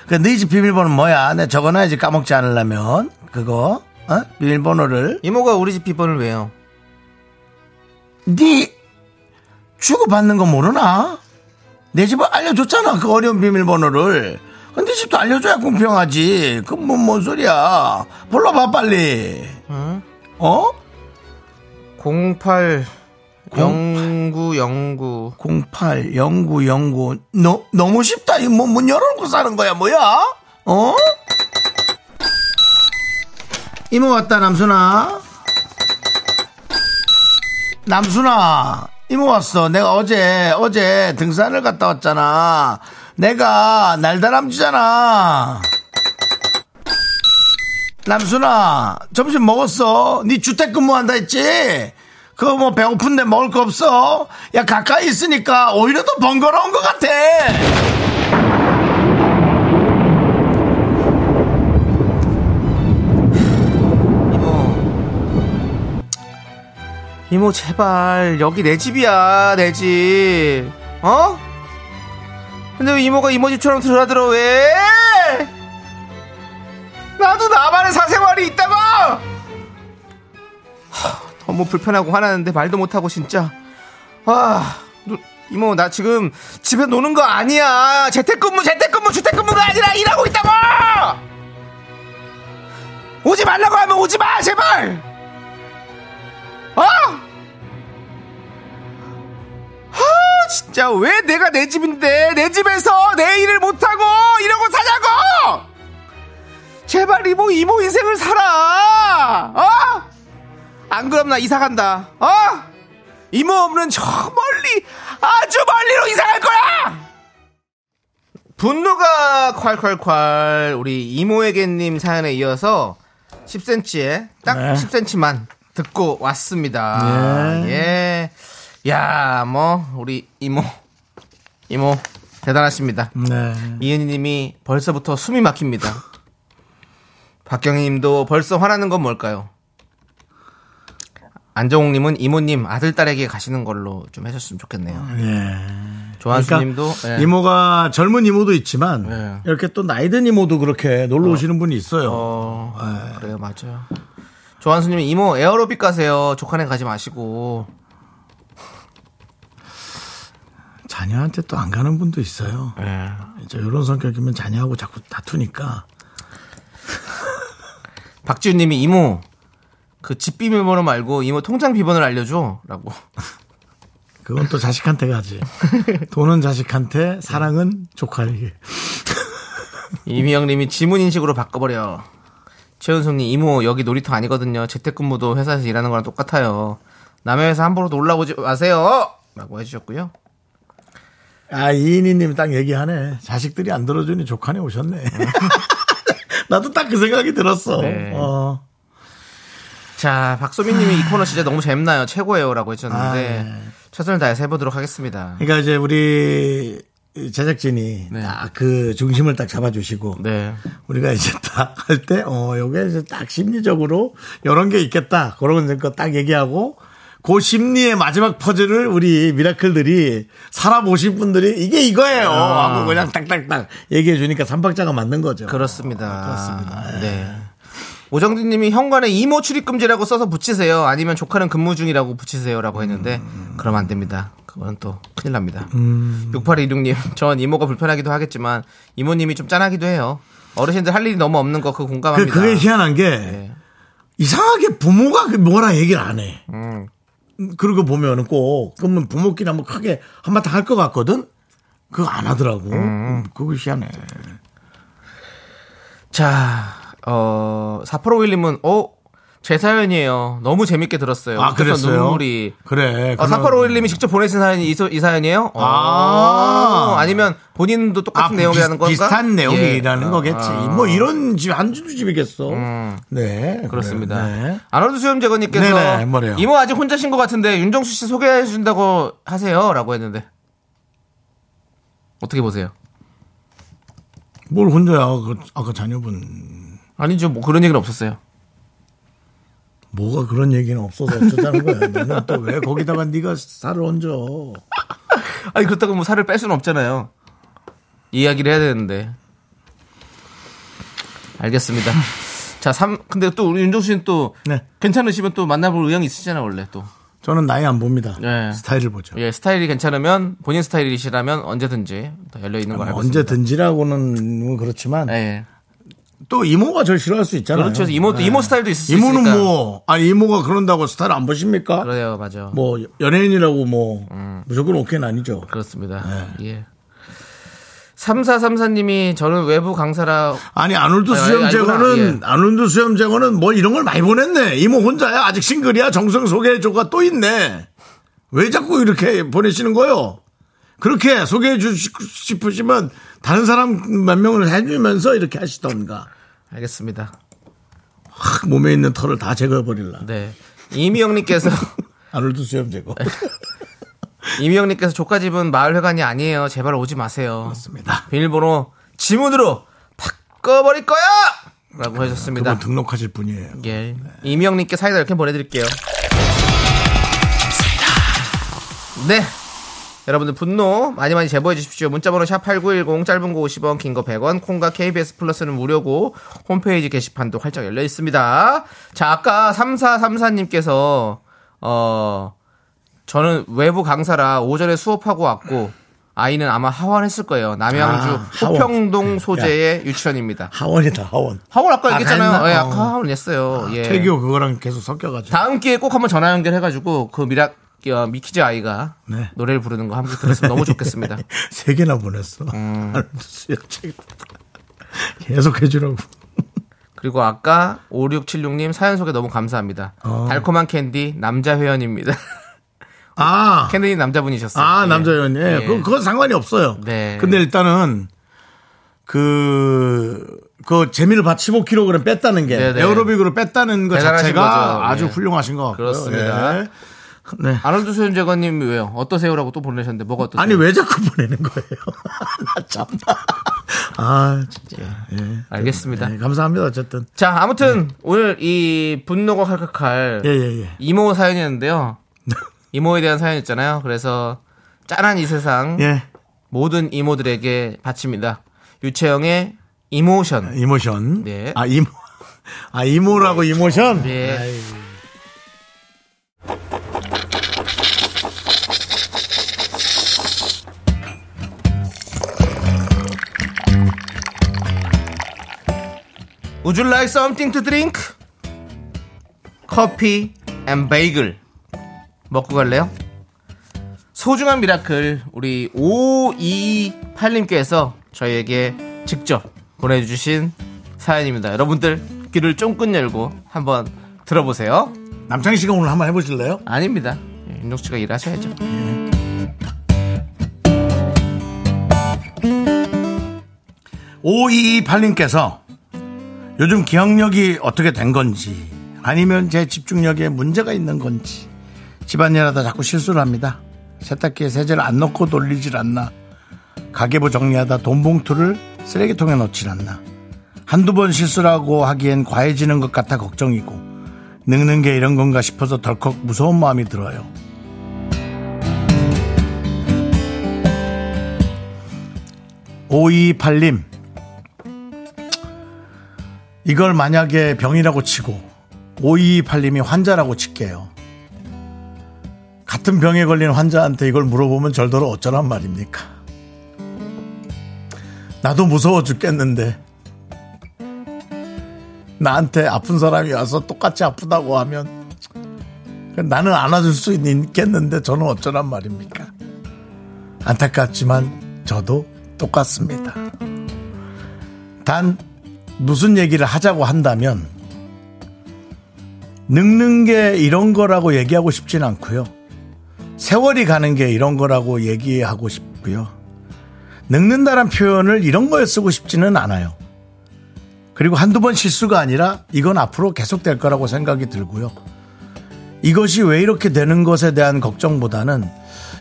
그, 너희 집 비밀번호 뭐야? 내 적어놔야지 까먹지 않으려면. 그거, 어? 비밀번호를. 이모가 우리 집 비번을 왜요? 네 주고받는 거 모르나? 내 집을 알려줬잖아 그 어려운 비밀번호를 근데 집도 알려줘야 공평하지 그건 뭐, 뭔 소리야 불러봐 빨리 응? 어? 08 09 09 08 09 09 너, 너무 쉽다 이문 문 열어놓고 사는 거야 뭐야? 어? 이모 왔다 남순아 남순아 이모 왔어 내가 어제 어제 등산을 갔다 왔잖아 내가 날다람쥐잖아 남순아 점심 먹었어 네 주택 근무한다 했지 그거 뭐 배고픈데 먹을 거 없어 야 가까이 있으니까 오히려 더 번거로운 것 같아 이모 이모 제발 여기 내 집이야 내 집. 어? 근데 왜 이모가 이모 집처럼 드나들어 왜? 나도 나만의 사생활이 있다고! 하, 너무 불편하고 화나는데 말도 못하고 진짜. 아, 누- 이모 나 지금 집에 노는 거 아니야. 재택근무 재택근무 주택근무가 아니라 일하고 있다고! 오지 말라고 하면 오지 마 제발! 어? 아 진짜 왜 내가 내 집인데 내 집에서 내 일을 못하고 이러고 사냐고 제발 이모 이모 인생을 살아 어? 안 그럼 나 이사 간다 어? 이모 없는 저 멀리 아주 멀리로 이사 갈 거야 분노가 콸콸콸 우리 이모에게님 사연에 이어서 10cm에 딱 10cm만 듣고 왔습니다 아, 예. 야, 뭐, 우리 이모. 이모, 대단하십니다. 네. 이은희 님이 벌써부터 숨이 막힙니다. 박경희 님도 벌써 화나는 건 뭘까요? 안정욱 님은 이모님 아들딸에게 가시는 걸로 좀 해줬으면 좋겠네요. 조한수 그러니까 님도. 예. 이모가 젊은 이모도 있지만 네. 이렇게 또 나이든 이모도 그렇게 놀러 오시는 분이 있어요. 어, 그래요, 맞아요. 조한수 님 이모 에어로빅 가세요. 조카네 가지 마시고. 자녀한테 또 안 가는 분도 있어요. 저 이런 성격이면 자녀하고 자꾸 다투니까 박지훈 님이 이모 그 집 비밀번호 말고 이모 통장 비번을 알려줘 라고 그건 또 자식한테 가지. 돈은 자식한테, 사랑은 조카에게. 이미영 님이 지문 인식으로 바꿔버려. 최은숙 님, 이모, 여기 놀이터 아니거든요. 재택근무도 회사에서 일하는 거랑 똑같아요. 남의 회사 함부로 놀라오지 마세요! 라고 해주셨고요. 아, 이인희님 딱 얘기하네. 자식들이 안 들어주니 조카네 오셨네. 나도 딱 그 생각이 들었어. 네. 어. 자, 박소민 님이 이 코너 진짜 너무 재밌나요? 최고예요. 아, 라고 해주셨는데, 네. 최선을 다해서 해보도록 하겠습니다. 그러니까 이제 우리 제작진이 네. 딱 그 중심을 딱 잡아주시고 네. 우리가 이제 딱 할 때 어, 요게 이제 딱 심리적으로 이런 게 있겠다. 그런 거 딱 얘기하고 그 심리의 마지막 퍼즐을 우리 미라클들이 살아보신 분들이 이게 이거예요 하고 그냥 딱딱딱 얘기해 주니까 삼박자가 맞는 거죠. 아. 그렇습니다. 네. 오정진 님이 현관에 이모 출입금지라고 써서 붙이세요. 아니면 조카는 근무 중이라고 붙이세요. 라고 했는데, 음, 그러면 안 됩니다. 그거는 또 큰일 납니다. 음. 6826님, 전 이모가 불편하기도 하겠지만, 이모님이 좀 짠하기도 해요. 어르신들 할 일이 너무 없는 거 그 그, 공감합니다. 네. 그게 희한한 게 이상하게 부모가 그 뭐라 얘기를 안 해. 음. 그리고 보면은 꼭 그러면 부모끼리 한번 크게 한마디 할 것 같거든. 그거 안 하더라고. 음, 그거 희한해. 네, 자, 어, 4851님은, 어? 제 사연이에요. 너무 재밌게 들었어요. 아, 웃겨서 그랬어요? 눈물이. 네, 그래. 아, 그럼- 4851님이 직접 보내신 사연이 이, 소- 이 사연이에요? 어. 아. 아. 아니면 본인도 똑같은 내용이라는 건가? 비슷한 내용이라는 예. 거겠지. 아. 음. 뭐 이런 집 한 주도 집이겠어. 네. 그렇습니다. 그래요. 네. 아놀드 수염재건님께서 네네, 뭐래요? 이모 아직 혼자신 것 같은데 윤정수 씨 소개해 준다고 하세요라고 했는데 어떻게 보세요? 뭘 혼자야. 그, 아까 자녀분. 아니죠, 뭐 그런 얘기는 없었어요. 뭐가 그런 얘기는 없어서 어쩌자는 거야. 너는 또 왜 거기다가 네가 살을 얹어. 아니 그렇다고 뭐 살을 뺄 수는 없잖아요. 이야기를 해야 되는데. 알겠습니다. 자, 삼 근데 또 우리 윤정수 씨는 또 네. 괜찮으시면 또 만나볼 의향이 있으시잖아요, 원래 또. 저는 나이 안 봅니다. 네. 스타일을 보죠. 예, 스타일이 괜찮으면 본인 스타일이시라면 언제든지 다 열려 있는 아, 거 알고 있습니다. 언제든지라고는 뭐 그렇지만 예, 예. 또 이모가 절 싫어할 수 있잖아요. 그렇죠. 이모 네. 이모 스타일도 있을 수 이모는 있으니까. 뭐 아니 이모가 그런다고 스타일 안 보십니까? 그래요, 맞아. 요 뭐 연예인이라고 뭐 무조건 오케이는 아니죠. 그렇습니다. 네. 예. 3434님이 저는 외부 강사라 아니 아놀드 아, 수염 제거는 알구나. 예. 아놀드 수염 제거는 뭐 이런 걸 많이 보냈네. 이모 혼자야 아직 싱글이야 정성 소개해줘가 또 있네. 왜 자꾸 이렇게 보내시는 거요? 그렇게 소개해 주시고 싶으시면 다른 사람 몇 명을 해주면서 이렇게 하시던가 알겠습니다. 그 확 몸에 있는 털을 다 제거해 버릴라. 네. 이미영님께서 아놀드 수염 제거. 네, 이미영님께서 조카집은 마을회관이 아니에요. 제발 오지 마세요. 맞습니다. 비밀번호 지문으로 바꿔버릴 거야! 라고 하셨습니다. 등록하실 분이에요. 예. 이미영님께 사이다 이렇게 보내드릴게요. 네. 여러분들 분노 많이 많이 제보해 주십시오. 문자번호 샵 8910 짧은 거 50원 긴 거 100원 콩과 KBS 플러스는 무료고 홈페이지 게시판도 활짝 열려 있습니다. 자 아까 3434님께서 어 저는 외부 강사라 오전에 수업하고 왔고 아이는 아마 하원했을 거예요. 남양주 아, 하원. 호평동 소재의 유치원입니다. 하원이다 하원. 하원 아까 얘기했잖아요. 했나? 예, 어. 아까 하원 했어요. 예. 태교 그거랑 계속 섞여가지고. 다음 기회에 꼭 한번 전화 연결해가지고 그 미라 어, 미키즈 아이가 네. 노래를 부르는 거 함께 들었으면 너무 좋겠습니다. 음. 세 개나 보냈어. 알았어요. 계속 해주라고. 그리고 아까 5676님 사연 소개 너무 감사합니다. 어. 달콤한 캔디 남자 회원입니다. 아, 캔디님 남자분이셨어요. 아 예. 남자 회원. 예, 예. 그건, 그건 상관이 없어요. 네. 근데 일단은 그, 그 재미를 봐 15kg 뺐다는 게 네네. 에어로빅으로 뺐다는 것 대단하신 자체가 거죠. 아주 예. 훌륭하신 것 같고요. 그렇습니다. 예. 네. 아놀드 소윤재건님 왜요? 어떠세요라고 또 보내셨는데 뭐가 어떠세요? 아니 왜 자꾸 보내는 거예요? 나 참. 아 진짜. 예. 알겠습니다. 예, 감사합니다. 어쨌든. 자 아무튼 오늘 이 분노가 칼칼칼 네. 예 예, 예. 이모 사연이었는데요. 이모에 대한 사연이었잖아요. 그래서 짠한 이 세상 예. 모든 이모들에게 바칩니다. 유채영의 이모션. 이모션. 네. 아 이모. 아 이모라고 이모션. 예. Would you like something to drink? 커피 앤 베이글 먹고 갈래요? 소중한 미라클 우리 528님께서 저희에게 직접 보내주신 사연입니다. 여러분들 귀를 쫑긋 열고 한번 들어보세요. 남창희 씨가 오늘 한번 해보실래요? 아닙니다. 예, 윤종 씨가 일하셔야죠. 오이2 8님께서 요즘 기억력이 어떻게 된 건지 아니면 제 집중력에 문제가 있는 건지 집안일하다 자꾸 실수를 합니다. 세탁기에 세제를 안 넣고 돌리질 않나 가계부 정리하다 돈봉투를 쓰레기통에 넣질 않나 한두 번 실수라고 하기엔 과해지는 것 같아 걱정이고 늙는 게 이런 건가 싶어서 덜컥 무서운 마음이 들어요. 오이8님 이걸 만약에 병이라고 치고 5228님이 환자라고 칠게요. 같은 병에 걸린 환자한테 이걸 물어보면 절대로 어쩌란 말입니까? 나도 무서워 죽겠는데 나한테 아픈 사람이 와서 똑같이 아프다고 하면 나는 안아줄 수 있겠는데 저는 어쩌란 말입니까? 안타깝지만 저도 똑같습니다. 단 무슨 얘기를 하자고 한다면 늙는 게 이런 거라고 얘기하고 싶진 않고요. 세월이 가는 게 이런 거라고 얘기하고 싶고요. 늙는다란 표현을 이런 거에 쓰고 싶지는 않아요. 그리고 한두 번 실수가 아니라 이건 앞으로 계속될 거라고 생각이 들고요. 이것이 왜 이렇게 되는 것에 대한 걱정보다는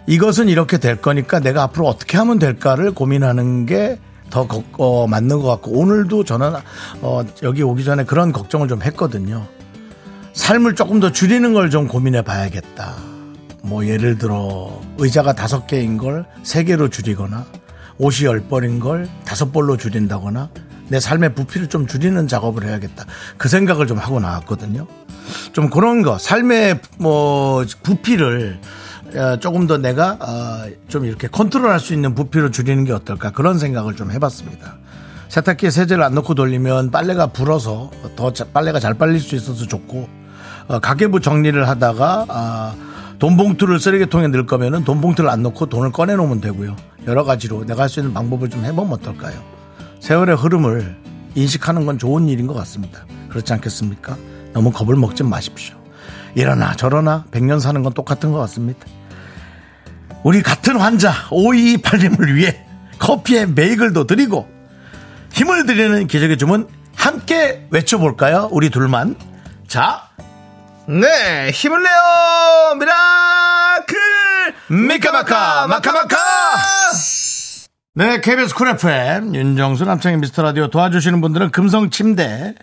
이것은 이렇게 될 거니까 내가 앞으로 어떻게 하면 될까를 고민하는 게 더 어, 맞는 것 같고 오늘도 저는 어, 여기 오기 전에 그런 걱정을 좀 했거든요. 삶을 조금 더 줄이는 걸 좀 고민해 봐야겠다. 뭐 예를 들어 의자가 다섯 개인 걸 세 개로 줄이거나 옷이 열 벌인 걸 다섯 벌로 줄인다거나 내 삶의 부피를 좀 줄이는 작업을 해야겠다. 그 생각을 좀 하고 나왔거든요. 좀 그런 거 삶의 뭐 부피를 어, 조금 더 내가 어, 좀 이렇게 컨트롤할 수 있는 부피로 줄이는 게 어떨까 그런 생각을 좀 해봤습니다. 세탁기에 세제를 안 넣고 돌리면 빨래가 불어서 더 자- 빨래가 잘 빨릴 수 있어서 좋고 어, 가계부 정리를 하다가 아, 돈봉투를 쓰레기통에 넣을 거면은 돈봉투를 안 넣고 돈을 꺼내 놓으면 되고요. 여러 가지로 내가 할 수 있는 방법을 좀 해보면 어떨까요? 세월의 흐름을 인식하는 건 좋은 일인 것 같습니다. 그렇지 않겠습니까? 너무 겁을 먹지 마십시오. 이러나 저러나 100년 사는 건 똑같은 것 같습니다. 우리 같은 환자 5228님을 위해 커피에 메이글도 드리고 힘을 드리는 기적의 주문 함께 외쳐볼까요? 우리 둘만. 자, 네, 힘을 내요, 미라클. 미카마카, 마카마카! 네, KBS 쿨 FM, 윤정수 남창희 미스터 라디오 도와주시는 분들은 금성 침대,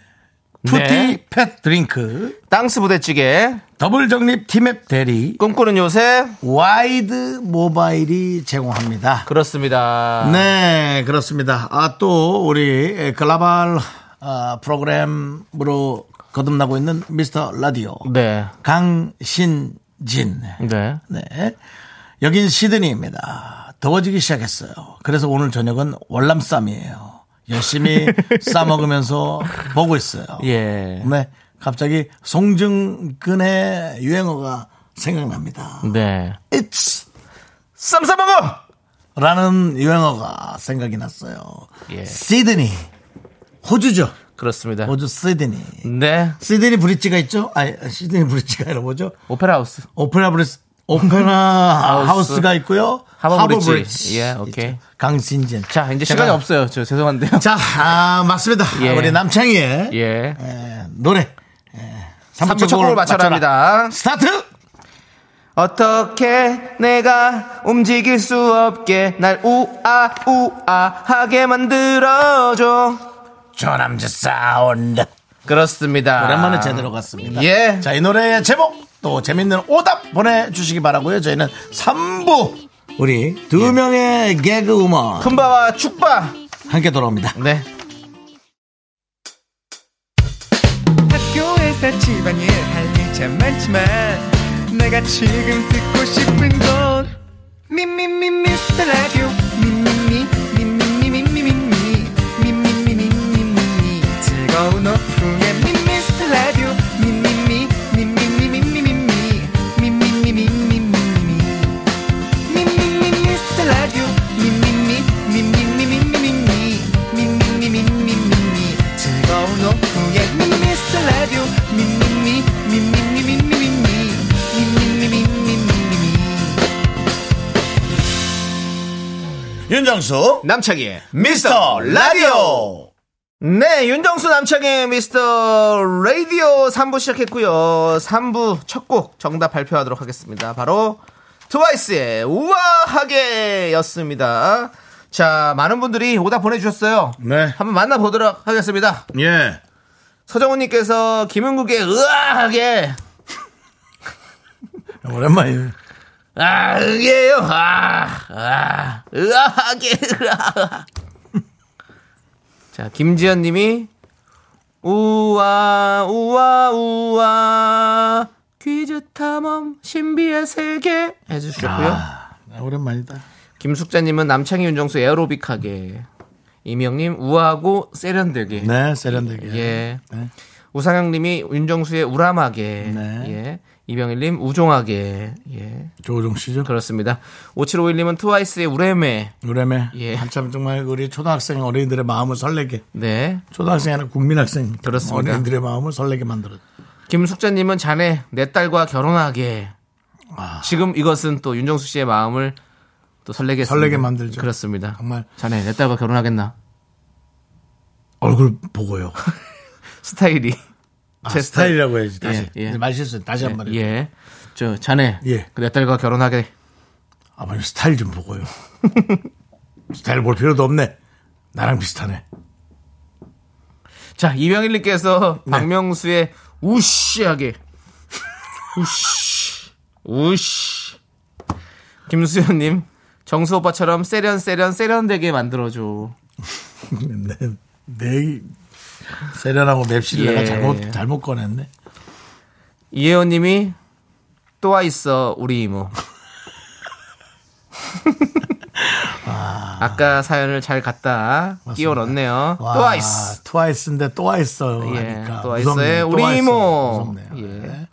푸티 네. 팻 드링크 땅스 부대찌개, 더블 정립 티맵 대리 꿈꾸는 요새. 와이드 모바일이 제공합니다. 그렇습니다. 네, 그렇습니다. 아, 또, 우리, 글로벌, 아, 프로그램으로 거듭나고 있는 미스터 라디오. 네. 강신진. 네. 네. 여긴 시드니입니다. 더워지기 시작했어요. 그래서 오늘 저녁은 월남쌈이에요. 열심히 싸먹으면서 보고 있어요. 예. 네. 갑자기 송중근의 유행어가 생각납니다. 네. It's 쌈 싸먹어! 라는 유행어가 생각이 났어요. 예. 시드니. 호주죠. 그렇습니다. 호주 시드니. 네. 시드니 브릿지가 있죠? 아니, 시드니 브릿지가 아니라 뭐죠? 오페라 하우스. 오페라 브릿지. 오페라 하우스. 하우스가 있고요. 하버 브릿지. 예, 있죠. 오케이. 강신진. 자, 이제 제가- 시간이 없어요. 저 죄송한데요. 자, 아, 맞습니다. 예. 우리 남창희의 예. 에, 노래. 예, 삼부 첫 곡을 맞춰라 합니다. 스타트! 어떻게 내가 움직일 수 없게 날 우아 우아 하게 만들어줘. 저 남자 사운드. 그렇습니다. 오랜만에 제대로 갔습니다. 예. 자, 이 노래의 제목 또 재밌는 오답 보내주시기 바라고요. 저희는 3부 우리 두 예. 명의 개그우먼 쿤바와 축바. 함께 돌아옵니다. 네. 학교에서 집안일 할 일 참 많지만 내가 지금 듣고 싶은 건 미미미 미스터 라디오 미미미 미미미 미미미 미미미 미미미 즐거운 오후에 미스터 라디오 미미미 미미미 미미미 미미미 미미미 윤정수 남창희의 미스터 라디오 네, 윤정수 남창의 미스터 라디오 3부 시작했고요. 3부 첫 곡 정답 발표하도록 하겠습니다. 바로 트와이스의 우아하게였습니다. 자, 많은 분들이 오답 보내주셨어요. 네. 한번 만나보도록 하겠습니다. 예. 서정훈님께서 김은국의 우아하게 오랜만이에요. 아, 으게요. 아, 아, 으아하게, 으아. 자, 김지현 님이, 우와, 우와, 우와, 퀴즈 탐험, 신비의 세계 해주셨고요. 오랜만이다. 김숙자 님은 남창희 윤정수 에어로빅하게, 이명 님 우아하고 세련되게. 네, 세련되게. 예. 네. 우상영 님이 윤정수의 우람하게. 네. 예. 이병일 님 우종하게. 예. 조우종 씨죠. 그렇습니다. 5751님은 트와이스의 우레메. 노래매. 예. 한참 정말 우리 초등학생 어린이들의 마음을 설레게. 네. 초등학생이 아니라 국민학생. 그렇습니다. 어린이들의 마음을 설레게 만들었죠. 김숙자님은 자네, 내 딸과 결혼하게. 아. 지금 이것은 또 윤정수 씨의 마음을 또 설레게 했습니다. 설레게 만들죠. 그렇습니다. 정말. 자네, 내 딸과 결혼하겠나? 얼굴 보고요. 스타일이. 아, 제 스타일. 스타일이라고 해야지. 다시. 예, 예. 네, 말 실수. 다시 한 번. 해요. 예. 저, 자네. 예. 그내 딸과 결혼하게. 아버님 뭐 스타일 좀 보고요. 스타일 볼 필요도 없네. 나랑 비슷하네. 자, 이병일님께서 박명수의 우씨하게. 우씨. 우씨. 김수현님, 정수 오빠처럼 세련, 세련, 세련되게 만들어줘. 내, 내 세련하고 맵시를 예. 내가 잘못, 잘못 꺼냈네. 이혜원님이 또 와 있어 우리 이모. 아까 사연을 잘 갖다 끼워 넣었네요. 또 와 있어. 트와이스인데 또 와있어. 예, 하니까. 또 와이스의 무섭네요. 또 우리 와이스. 이모. 무섭네요. 예.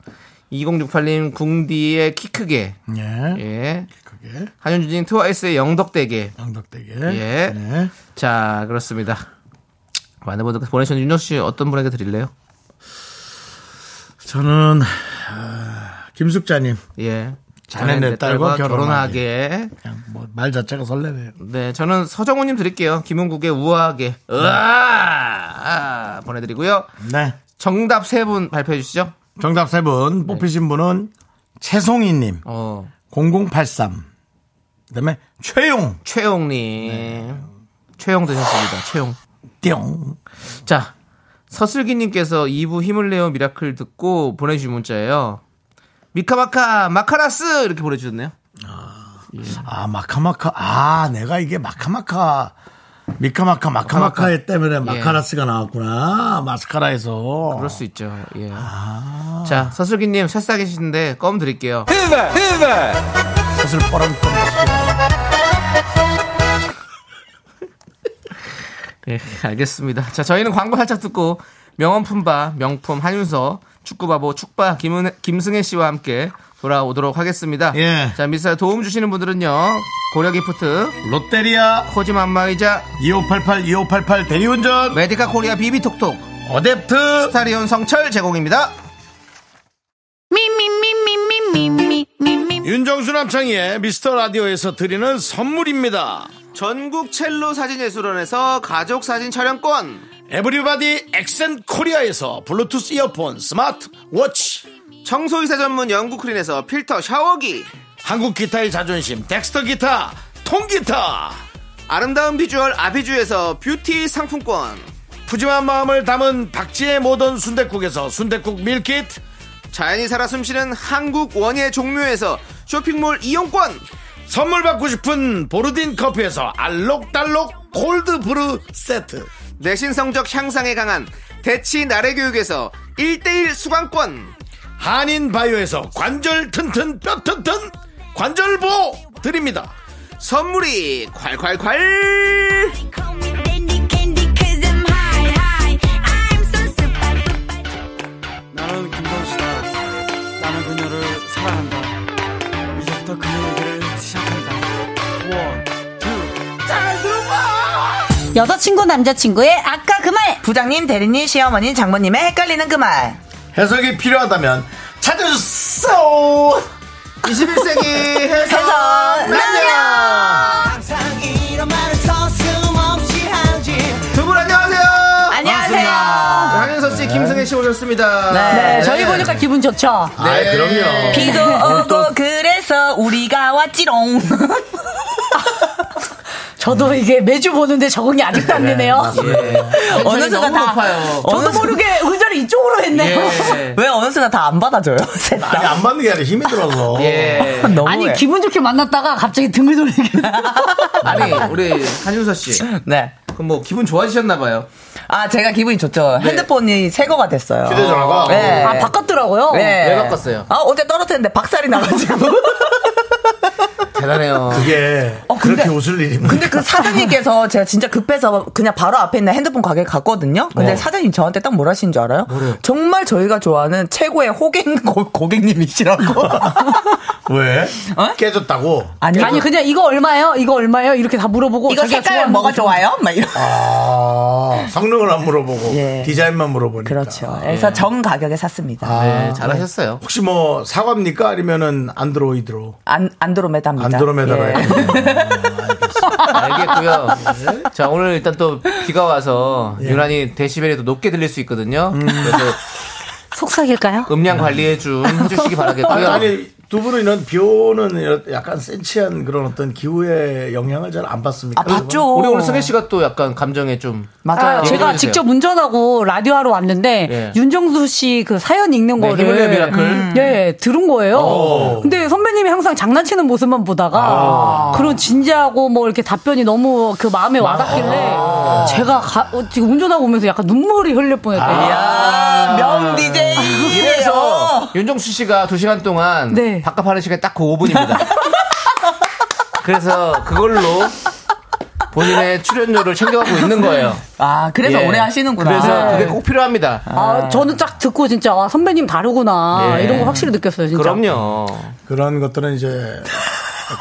2068님 궁디의 키 크게. 예. 예. 그게 한현주님 트와이스의 영덕대게. 양덕대게. 예. 네. 자 그렇습니다. 많은 분들 보내주신 윤혁 씨 어떤 분에게 드릴래요? 저는 아, 김숙자님 예. 자네 내 딸과 결혼하게. 그냥 뭐 말 자체가 설레네요. 네, 저는 서정우님 드릴게요. 김은국의 우아하게. 으아! 아, 보내드리고요. 네. 정답 세 분 발표해 주시죠. 정답 세 분 뽑히신 분은 최송이님, 어, 0083, 그다음에 최용, 네. 최용님. 최용 되셨습니다. 최용. 띵, 자, 서슬기님께서 2부 힘을 내요 미라클 듣고 보내주신 문자예요. 미카마카 마카라스 이렇게 보내주셨네요. 아 마카마카 아 내가 이게 마카마카 미카마카 예. 마카마카에 때문에 마카라스가 나왔구나 마스카라에서 그럴 수 있죠. 예. 자 서슬기님 새싹이신데 껌 드릴게요. 사슬 뻐렁뻐렁 예, 알겠습니다. 자, 저희는 광고 살짝 듣고 명언 품바 명품 한윤서 축구바보 축바 김은, 김승혜 씨와 함께 돌아오도록 하겠습니다. 예. 자, 미스터 도움 주시는 분들은요. 고려기프트, 롯데리아 코지맘마이자 2588 2588 대리운전 메디카 코리아 비비톡톡, 어댑트 스타리온 성철 제공입니다. 윤정수 남창희의 미스터 라디오에서 드리는 선물입니다. 전국 첼로 사진예술원에서 가족 사진 촬영권, 에브리바디 엑센 코리아에서 블루투스 이어폰, 스마트 워치, 청소이사 전문 영국 크린에서 필터 샤워기, 한국 기타의 자존심, 덱스터 기타, 통기타. 아름다운 비주얼 아비주에서 뷰티 상품권, 푸짐한 마음을 담은 박지의 모던 순댓국에서순댓국 밀키트, 자연이 살아 숨쉬는 한국 원예 종묘에서 쇼핑몰 이용권 선물 받고 싶은 보르딘 커피에서 알록달록 골드브루 세트, 내신 성적 향상에 강한 대치 나래 교육에서 1대1 수강권 한인 바이오에서 관절 튼튼 뼈 튼튼 관절보 드립니다. 선물이 콸콸콸 나는 김선수다. 나는 그녀를 사랑한다. 이제부터 그 얘기를 시작한다. 원, 투. 여자친구 남자친구의 아까 그 말 부장님 대리님 시어머니 장모님의 헷갈리는 그말 해석이 필요하다면 찾아주세요. 21세기 해서 두 분 안녕하세요 안녕하세요 한현서 씨 김승혜 씨 오셨습니다 네. 네, 저희 보니까 기분 좋죠 아, 그럼요. 비도 오고 그래서 우리가 왔지롱 저도 이게 매주 보는데 적응이 아직도 안 되네요. 어느 순간 예. 너무 다 높아요. 저도 모르게 의자를 이쪽으로 했네요. 예. 왜 어느 순간 다 안 받아줘요? 셋 다. 아니 네, 안 받는 게 아니라 힘이 들어서 예. 너무해. 아니 기분 좋게 만났다가 갑자기 등을 돌리게. 아니 우리 한윤서 씨 네. 그럼 뭐 기분 좋아지셨나 봐요 아 제가 기분이 좋죠. 네. 핸드폰이 새거가 됐어요. 휴대전화가 네. 아 바꿨더라고요. 네. 왜 바꿨어요? 아 어제 떨어뜨렸는데 박살이 나가지고. 대단해요 그게 어, 근데- 그렇게 웃을 일입니다. 근데 그 사장님께서 제가 진짜 급해서 그냥 바로 앞에 있는 핸드폰 가게 갔거든요. 근데 사장님 저한테 딱 뭘 하신 줄 알아요? 정말 저희가 좋아하는 최고의 호객 고, 고객님이시라고. 왜 어? 깨졌다고? 아니, 그냥 이거 얼마예요? 이거 얼마예요? 이렇게 다 물어보고 이거 색깔 뭐가 좋아요? 막 이런. 아 성능을 안 물어보고 예. 디자인만 물어보니까 그렇죠. 아. 그래서 정 가격에 샀습니다. 네 잘하셨어요 혹시 뭐 사과입니까 아니면은 안드로이드로 안 안드로메다입니다. 안드로메다로 예. 해야 되네요. 알겠고요. 자 오늘 일단 또 비가 와서 유난히 데시벨이 더 높게 들릴 수 있거든요. 그래서 속삭일까요? 음량 관리해 준 해주시기 아니, 바라겠고요. 아니 두 분은 이런 비 오는 약간 센치한 그런 어떤 기후의 영향을 잘 안 받습니까? 아 봤죠. 우리 오늘 승혜 씨가 또 약간 감정에 좀 맞아요. 제가 직접 운전하고 라디오 하러 왔는데 윤정수 씨 그 사연 읽는 거를 예, 힘을 내 예. 미라클 아. 뭐그 마음에 와닿길래 제가 가- 어, 지금 운전하고 오면서 약간 눈물이 흘릴 뻔했대요. 아. 아. 아. 명 DJ 이래서 그 윤정수 씨가 두 시간 동안 네. 바깥하는 시간 딱 그 5분입니다. 그래서 그걸로 본인의 출연료를 챙겨가고 있는 거예요. 아 그래서 예. 오래 하시는구나. 그래서 네. 그게 꼭 필요합니다. 아, 저는 딱 듣고 진짜 와 선배님 다르구나 예. 이런 거 확실히 느꼈어요 진짜. 그럼요. 그런 것들은 이제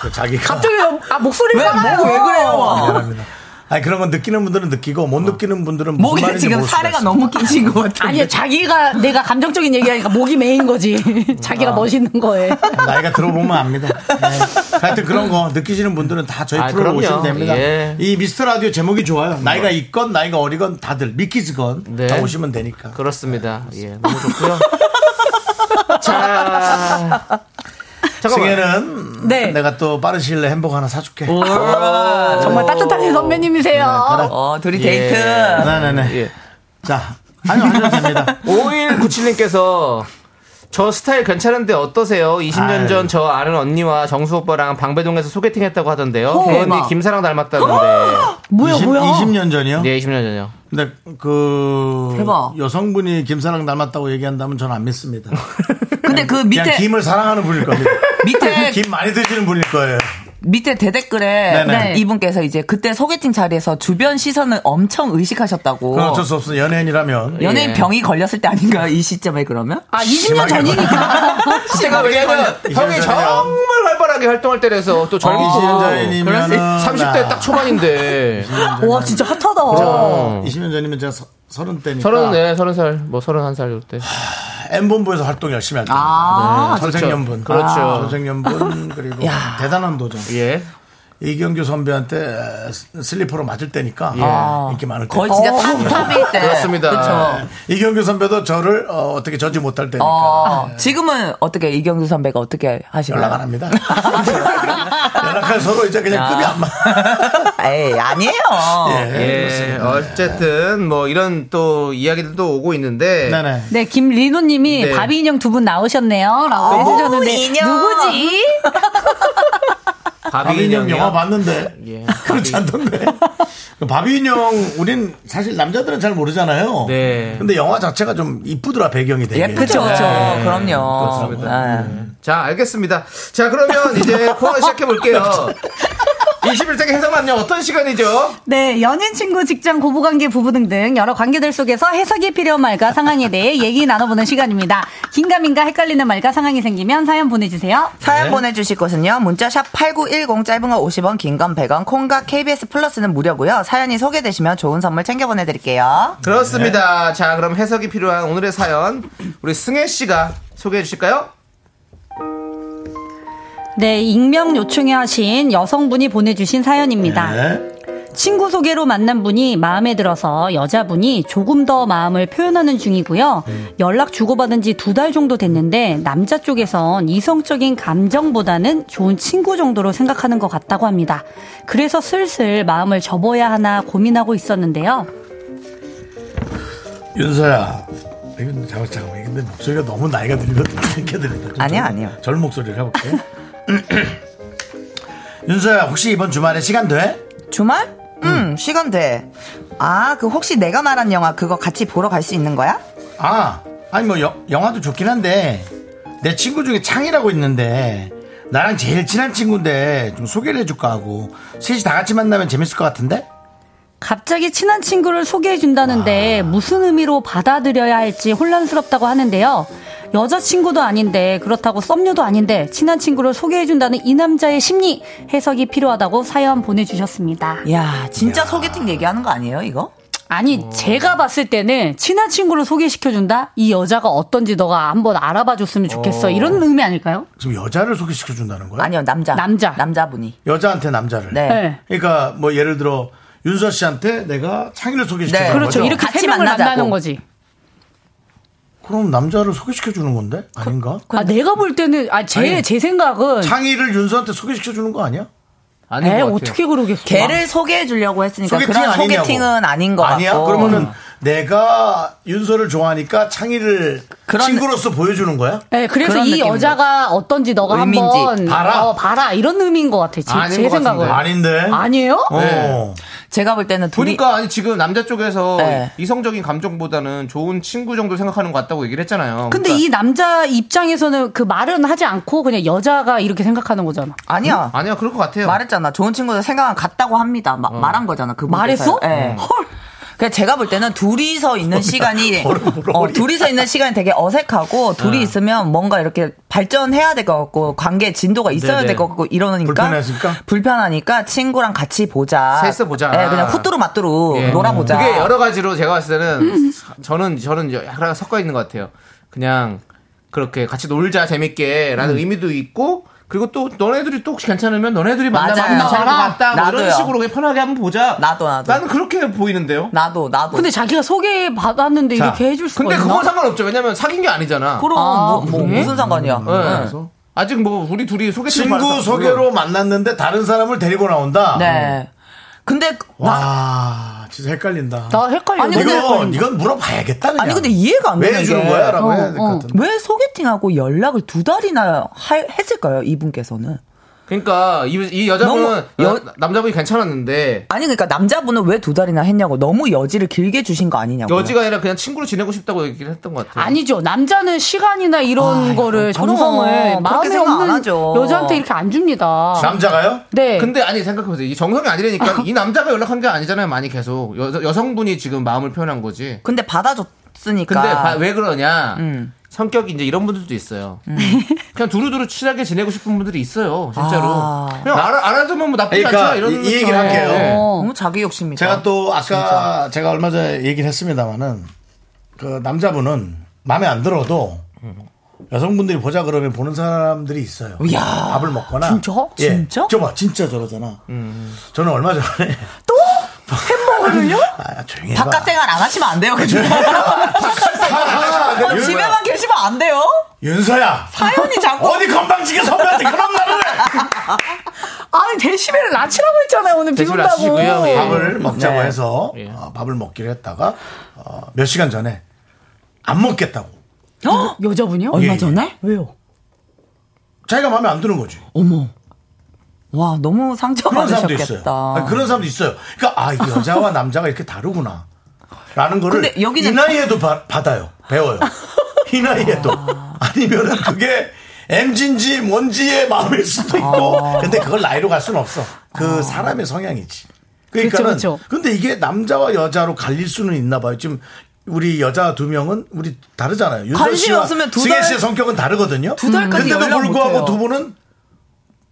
그 자기가 갑자기 아 목소리를 어. 왜, 왜 그래요? 미안합니다. 아니 그런 건 느끼는 분들은 느끼고 못 느끼는 분들은 무슨 어. 목에 말인지 지금 모를 수가 사례가 있어요. 너무 끼신 것 같아요. 아니 자기가 내가 감정적인 얘기하니까 목이 메인 거지. 자기가 멋있는 거에. 나이가 들어보면 압니다. 네. 하여튼 그런 거 느끼시는 분들은 다 저희 아, 프로로 그럼요. 오시면 됩니다. 예. 뭐. 이 미스터 라디오 제목이 좋아요. 나이가 있건 나이가 어리건 다들 미키즈건 네. 다 오시면 되니까. 그렇습니다. 예, 너무 좋고요. 자, 잠깐만. 승혜는 네. 내가 또 빠른 시일 내에 햄버거 하나 사줄게. 아, 어. 예. 정말 따뜻하신 선배님이세요. 어 둘이 데이트. 네네네. 예. 자 아니요, 하셔도 됩니다. 5197님께서 저 스타일 괜찮은데 어떠세요? 20년 아유. 전 저 아는 언니와 정수 오빠랑 방배동에서 소개팅 했다고 하던데요. 오, 그 언니 대박. 김사랑 어. 닮았다는데. 뭐야 20, 뭐야? 20년 전이요? 네, 20년 전이요. 근데 그 대박. 여성분이 김사랑 닮았다고 얘기한다면 저는 안 믿습니다. 근데 그 그냥 밑에 네. 김을 사랑하는 분일 겁니다. 밑에 김 많이 드시는 분일 거예요. 밑에 네네. 대댓글에 네, 이분께서 이제 그때 소개팅 자리에서 주변 시선을 엄청 의식하셨다고. 그건 아, 어쩔 수 없어. 연예인이라면. 연예인 예. 병이 걸렸을 때 아닌가요? 이 시점에 그러면? 아, 20년 심하게 전이니까. 제가 왜냐면 형이 이십년 아, 정말 활발하게 활동할 때라서 또 젊고 이십년 전이면은 나. 30대 딱 초반인데 어. 와, 진짜 핫하다. 20년 전이면 제가 서, 서른 때니까. 서른 네 서른 살뭐 서른 한살 이때 아, M본부에서 활동 열심히 할 때. 아, 전생연분. 그렇죠. 아, 전생연분. 그리고 대단한 도전. 예 이경규 선배한테 슬리퍼로 맞을 때니까 예, 인기 많을 때. 아. 어. 예, 거의 진짜 탑탑일 때. 그렇습니다. 그쵸. 이경규 선배도 저를 어, 떻게 저지 못할 때니까 어, 지금은 어떻게 이경수 선배가 어떻게 그러니까. 하시나요? 연락 안 합니다. 연락할 서로 이제 그냥 급이 안 맞. 에이, 아니에요. 네, 예, 어쨌든 뭐 이런 또 이야기들도 오고 있는데 네네. 네, 김리노님이 네. 바비 인형 두 분 나오셨네요. 라고 해주셨는데. 인형. 누구지? 바비인형 인형이요? 영화 봤는데 예, 그렇지 않던데. 그 바비인형 우린 사실 남자들은 잘 모르잖아요. 네. 근데 영화 자체가 좀 이쁘더라 배경이 되게. 예, 그쵸, 그쵸. 어, 네. 그럼요. 아. 그렇습니다. 네. 자 알겠습니다 자 그러면 이제 코너 시작해 볼게요 21세기 해석만요 어떤 시간이죠? 네, 연인, 친구, 직장, 고부관계, 부부 등등 네, 여러 관계들 속에서 해석이 필요한 말과 상황에 대해 얘기 나눠보는 시간입니다. 긴가민가 헷갈리는 말과 상황이 생기면 사연 보내주세요. 사연 보내주실 것은요. 문자샵 8910 짧은 거 50원, 긴 건 100원, 콩과 KBS 플러스는 무료고요. 사연이 소개되시면 좋은 선물 챙겨 보내드릴게요. 네. 그렇습니다 자 그럼 해석이 필요한 오늘의 사연 우리 승혜 씨가 소개해 주실까요? 네, 익명 요청하신 여성분이 보내주신 사연입니다. 네. 친구 소개로 만난 분이 마음에 들어서 여자분이 조금 더 마음을 표현하는 중이고요. 연락 주고받은 지 두 달 정도 됐는데 남자 쪽에선 이성적인 감정보다는 좋은 친구 정도로 생각하는 것 같다고 합니다. 그래서 슬슬 마음을 접어야 하나 고민하고 있었는데요. 윤서야. 이건 잠깐 잠깐만. 근데 목소리가 너무 나이가 들거든. 이렇게 들린다. 좀 아니야, 젊은- 아니요. 젊은 목소리를 해볼게. 윤서야 혹시 이번 주말에 시간 돼? 주말? 음, 시간 돼. 아, 그 혹시 내가 말한 영화 그거 같이 보러 갈 수 있는 거야? 아, 아니 뭐 여- 영화도 좋긴 한데 내 친구 중에 창이라고 있는데 나랑 제일 친한 친구인데 좀 소개를 해줄까 하고 셋이 다 같이 만나면 재밌을 것 같은데? 갑자기 친한 친구를 소개해 아. 준다는데 무슨 의미로 받아들여야 할지 혼란스럽다고 하는데요. 여자친구도 아닌데 그렇다고 썸녀도 아닌데 친한 친구를 소개해 준다는 이 남자의 심리 해석이 필요하다고 사연 보내주셨습니다. 야, 진짜 소개팅 얘기하는 거 아니에요, 이거? 아니 제가 봤을 때는 친한 친구를 소개시켜 준다? 이 여자가 어떤지 너가 한번 알아봐 줬으면 좋겠어. 이런 의미 아닐까요? 지금 여자를 소개시켜 준다는 거야? 아니요, 남자. 남자. 남자분이. 여자한테 남자를. 네. 네. 그러니까 뭐 예를 들어 윤서 씨한테 내가 창의를 소개시켜 주는 네. 그렇죠. 거죠. 이렇게 같이 세 명을 만나자고. 만나는 거지. 그럼 남자를 소개시켜 주는 건데 아닌가? 아 내가 볼 때는 아제 제 아니, 그- 생각은 창의를 윤서한테 소개시켜 주는 거 아니야? 아닌 에 것 같아요. 어떻게 그러겠어? 걔를 소개해 주려고 했으니까 소개팅 그러니까 그런 아니냐고. 소개팅은 아닌 거 같고. 음. 아니야? 그러면은 내가 윤서를 좋아하니까 창의를 그런- 친구로서 보여주는 거야? 네, 그래서 그런 이 느낌으로. 여자가 어떤지 너가 의미인지 한번 봐라. 어, 봐라 이런 의미인 것 같아. 제, 아닌 제 것 생각은 같은데. 아닌데. 아니에요? 어. 네. 제가 볼 때는 둘이 보니까 아니 지금 남자 쪽에서 네. 이성적인 감정보다는 좋은 친구 정도 생각하는 것 같다고 얘기를 했잖아요. 근데 그러니까 이 남자 입장에서는 그 말은 하지 않고 그냥 여자가 이렇게 생각하는 거잖아. 아니야. 아니야 그럴 것 같아요. 말했잖아. 좋은 친구들 생각은 같다고 합니다. 마- 말한 거잖아. 그 말했어? 예. 헐. 그러니까 제가 볼 때는 둘이서 있는 시간이 얼음으로 어, 얼음. 둘이서 있는 시간이 되게 어색하고 둘이 있으면 뭔가 이렇게 발전해야 될 것 같고 관계 진도가 있어야 네네. 될 것 같고 이러니까 불편하니까? 불편하니까 친구랑 같이 보자. 셋이서 보자. 예, 그냥 후뚜루 맞뚜루 예. 어, 놀아보자. 그게 여러 가지로 제가 봤을 때는 저는 저는 이제 약간 섞어 있는 것 같아요. 그냥 그렇게 같이 놀자 재밌게라는 음. 의미도 있고 그리고 또 너네들이 또 혹시 괜찮으면 너네들이 만나 맞아요. 만나 잘 같다 뭐 이런 나도요. 식으로 그냥 편하게 한번 보자. 나도, 나도. 나는 그렇게 보이는데요. 나도 나도. 근데 자기가 소개 받았는데 자, 이렇게 해줄 수가 근데 있나? 그건 상관없죠. 왜냐면 사귄 게 아니잖아. 그럼 아, 뭐, 뭐 그래? 무슨 상관이야? 네. 응. 그래서 아직 뭐 우리 둘이 소개팅 친구 받았다. 소개로 만났는데 다른 사람을 데리고 나온다. 네. 근데 예. 네. 나- 네. 와, 진짜 헷갈린다. 나 헷갈려. 아니, 근데 이건, 헷갈린다. 이건 물어봐야겠다. 그냥. 아니 근데 이해가 안 왜 되는 해주는 게 거야? 라고 어, 해야 될 것 어. 같은데. 왜 소개팅하고 연락을 두 달이나 할- 했을까요 이분께서는? 그러니까 이, 이 여자분은 너무 여- 여- 남자분이 괜찮았는데 아니 그러니까 남자분은 왜 두 달이나 했냐고 너무 여지를 길게 주신 거 아니냐고. 여지가 아니라 그냥 친구로 지내고 싶다고 얘기를 했던 것 같아요. 아니죠. 남자는 시간이나 이런 거를 정성을 그렇게 마음에 생각 안 없는 하죠. 여자한테 이렇게 안 줍니다. 아. 남자가요? 네. 근데 아니 생각해보세요. 이 정성이 아니라니까 이 남자가 연락한 게 아니잖아요. 많이 계속 여, 여성분이 지금 마음을 표현한 거지. 근데 받아줬으니까. 근데 바- 왜 그러냐? 그러니까. 음. 성격이 이제 이런 분들도 있어요. 그냥 두루두루 친하게 지내고 싶은 분들이 있어요. 진짜로. 아. 그냥 알아, 알아두면 뭐 나쁘지 그러니까 않잖아. 이런 네. 이- 이 얘기를 느낌. 할게요. 어. 너무 자기 욕심이다. 제가 또 아까 제가 얼마 전에 얘기를 했습니다마는 그 남자분은 마음에 안 들어도 여성분들이 보자 그러면 보는 사람들이 있어요. 이야, 밥을 먹거나. 진짜? 예. 진짜? 음, 저봐 진짜 저러잖아. 저는 얼마 전에 햄버거를요? 아, 조용히 해봐. 바깥 생활 안 하시면 안 돼요. 그죠? 바깥 아, 생활. 네, 어, 이거야. 집에만 계시면 안 돼요. 윤서야 사연이 자꾸 어디 건방지게 선배한테 그런 말을 해. 아니 데시벨을 낮추라고 했잖아요 오늘 데시벨 낮추시고요. 예. 밥을 먹자고 네. 해서 예. 어, 밥을 먹기로 했다가 어, 몇 시간 전에 안 먹겠다고 어? 여자분이요? 얼마 예. 전에? 왜요? 자기가 마음에 안 드는 거지. 어머. 와 너무 상처 그런 사람도 있어요. 받으셨겠다. 아니, 그런 사람도 있어요. 그러니까 아이 여자와 남자가 이렇게 다르구나. 라는 거를 근데 여기는- 이 나이에도 바- 받아요. 배워요. 이 나이에도. 아니면은 그게 엠진지 뭔지의 마음일 수도 아. 있고. 근데 그걸 나이로 갈 수는 없어. 그 사람의 성향이지. 그렇죠, 그러니까는 그쵸, 그쵸. 근데 이게 남자와 여자로 갈릴 수는 있나 봐요. 지금 우리 여자 두 명은 우리 다르잖아요. 윤서 관심이 씨와 없으면 두 승혜 달- 씨의 성격은 다르거든요. 두 달까지 근데도 연락 불구하고 못해요. 두 분은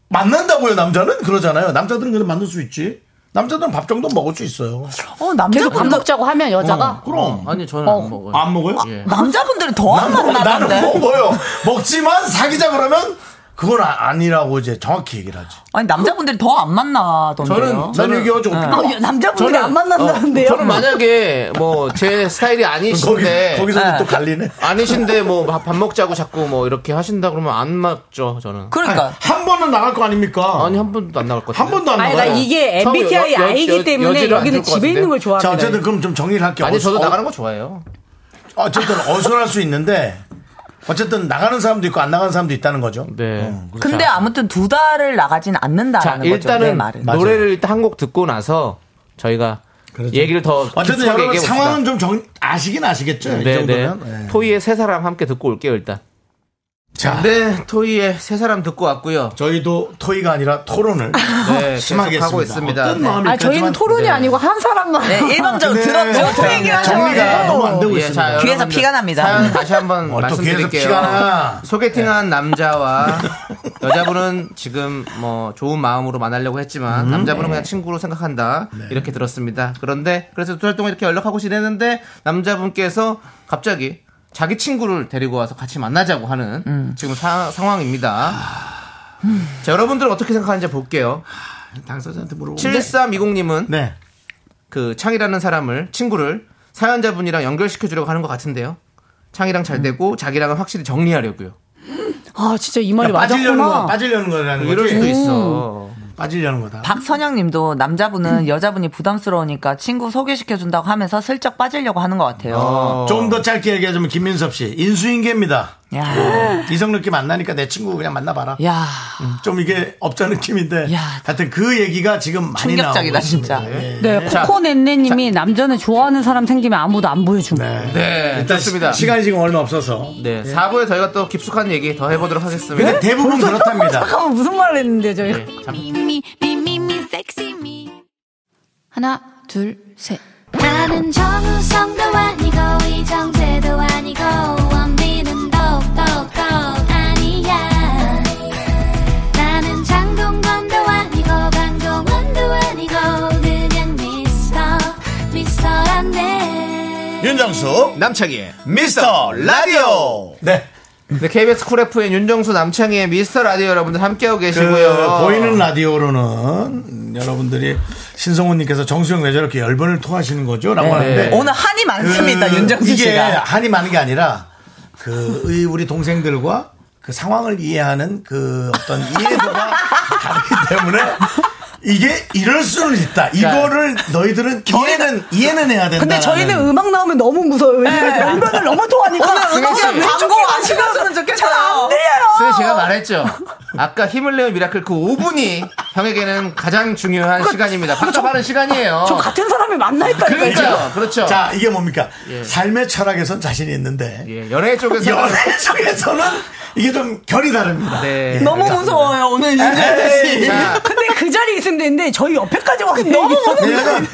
만난다고요 남자는 그러잖아요 남자들은 그래 만날 수 있지 남자들은 밥 정도 먹을 수 있어요 어 계속 밥 남자분들 먹자고 하면 여자가 그럼 아니 저는 안 먹어요. 안 먹어요 예. 뭐- 남자분들은 난 더안 먹- 나는 뭐 만나는데. 먹어요 먹지만 사귀자 그러면 그건 아, 니라고 이제 정확히 얘기를 하지 아니 남자분들이 더 안 만나던데요. 아, 난 저는 저는- 얘기하죠 어떻게 아, 남자분들이 안 만난다는데요. 저는 만약에 뭐 제 스타일이 거기, 아니신데 거기서도 네. 또 갈리네 아니신데 뭐 밥 먹자고 자꾸 뭐 이렇게 하신다 그러면 안 맞죠 저는. 그러니까 한 번은 나갈 거 아닙니까 아니 한 번도 안 나갈 것 같아요. 한 번도 안 아니 나 나가요 이게 처음에 MBTI 여- 여- 아이기 여- 때문에 여지를 안 여기는 들을 것 집에 있는 걸 자 좋아합니다. 어쨌든 그럼 좀 정리를 할게요 아니 저도 어수- 나가는 거 좋아해요. 어, 어쨌든 어순할 수 있는데 어쨌든 나가는 사람도 있고 안 나가는 사람도 있다는 거죠 네. 그렇죠. 근데 아무튼 두 달을 나가진 자 않는다라는 거죠. 내 일단은 말은. 맞아요. 노래를 일단 한 곡 듣고 나서 저희가 얘기를 더 어쨌든 깊숙하게 아, 여러분 얘기해봅시다. 상황은 좀 정, 아시긴 아시겠죠 이 네네. 정도면 네. 토이의 세 사람 함께 듣고 올게요 일단. 자 네, 토이의 세 사람 듣고 왔고요. 저희도 토의가 아니라 토론을 네, 심하게 계속하고 했습니다. 있습니다. 네. 아 저희는 토론이 아니고 한 사람만 네, 일방적으로 들었죠. 그 얘기를 정리가 하셔가지고. 너무 안 되고 예, 있습니다. 자, 귀에서 여러분들 피가 납니다. 사연 다시 한번 어, 또 귀에서 말씀드릴게요. 피가 나. 소개팅한 남자와 여자분은 지금 뭐 좋은 마음으로 만나려고 했지만 남자분은 네. 그냥 친구로 생각한다 이렇게 들었습니다. 그런데 그래서 두 달 동안 이렇게 연락하고 지내는데 남자분께서 갑자기 자기 친구를 데리고 와서 같이 만나자고 하는 음. 지금 사- 상황입니다. 아. 자, 여러분들은 어떻게 생각하는지 볼게요. 당사자한테 물어보고 7320님은 네. 그 창이라는 사람을 친구를 사연자분이랑 연결시켜 주려고 하는 것 같은데요. 창이랑 잘 되고 자기랑은 확실히 정리하려고요. 아 진짜 이 말이 빠지려는 거, 맞았구나. 빠지려는 거라는 이럴 수도 거지. 음. 있어. 빠지려는 거다. 박선영님도 남자분은 여자분이 부담스러우니까 친구 소개시켜준다고 하면서 슬쩍 빠지려고 하는 것 같아요. 어. 좀 더 짧게 얘기하자면 김민섭 씨 인수인계입니다. 아. 야, 이성 느낌 안 나니까 내 친구 그냥 만나봐라. 야, 좀 이게 업자 느낌인데 야. 하여튼 그 얘기가 지금 많이 나오고 충격적이다 있습니다. 예. 진짜. 네, 코코넷네님이 남자는 좋아하는 사람 생기면 아무도 안 보여준 거. 네. 네, 일단 좋습니다. 시- 시간이 지금 얼마 없어서 네, 4부에 저희가 또 깊숙한 얘기 더 해보도록 하겠습니다. 근데 대부분 그렇답니다. 어, 잠깐만 무슨 말을 했는데 저희. 네, 잠- 미미 미미미 섹시미 하나 둘 셋. 나는 정우성도 아니고 이정재도 아니고 원빈은 더욱더 아니야 나는 장동건도 아니고 강동원도 아니고 그냥 미스터 미스터란데 윤정수 남창희의 미스터 라디오. 네. 네, KBS 쿨 FM 윤정수 남창희의 미스터 라디오 여러분들 함께하고 계시고요. 그 보이는 라디오로는 여러분들이 신성훈님께서 정수영 왜 저렇게 열번을 토하시는 거죠? 라고 하는데 네. 오늘 한이 많습니다 그 윤정수 이게 씨가. 한이 많은 게 아니라 그 의- 우리 동생들과 그 상황을 이해하는 그 어떤 이해도가 다르기 때문에 이게 이럴 수는 있다. 이거를 너희들은 이해는 이해는 해야 된다. 네, 근데 저희는 음악 나오면 너무 무서워요. 왜냐면 정면을 너무 좋아하니까. 오늘 음악이 그냥 광고 왼쪽으로 안 시켰으면 잘안 좋겠어요. 들려요. 그래서 제가 아. 말했죠. 아까 힘을 내요 미라클 그 5분이 형에게는 가장 중요한 시간입니다. 박차하는 시간이에요. 어. 저 같은 사람이 만나니까요. 그러니까요. 그렇죠. 자 이게 뭡니까? 예. 삶의 철학에선 자신이 있는데 예, 연애 쪽에서 연애 쪽에서는 이게 좀 결이 다릅니다. 예. 네. 너무 무서워요 오늘 에이. 자, 근데 그 자리에 있으면 되는데 저희 옆에까지 네. 와서 너무 왜냐면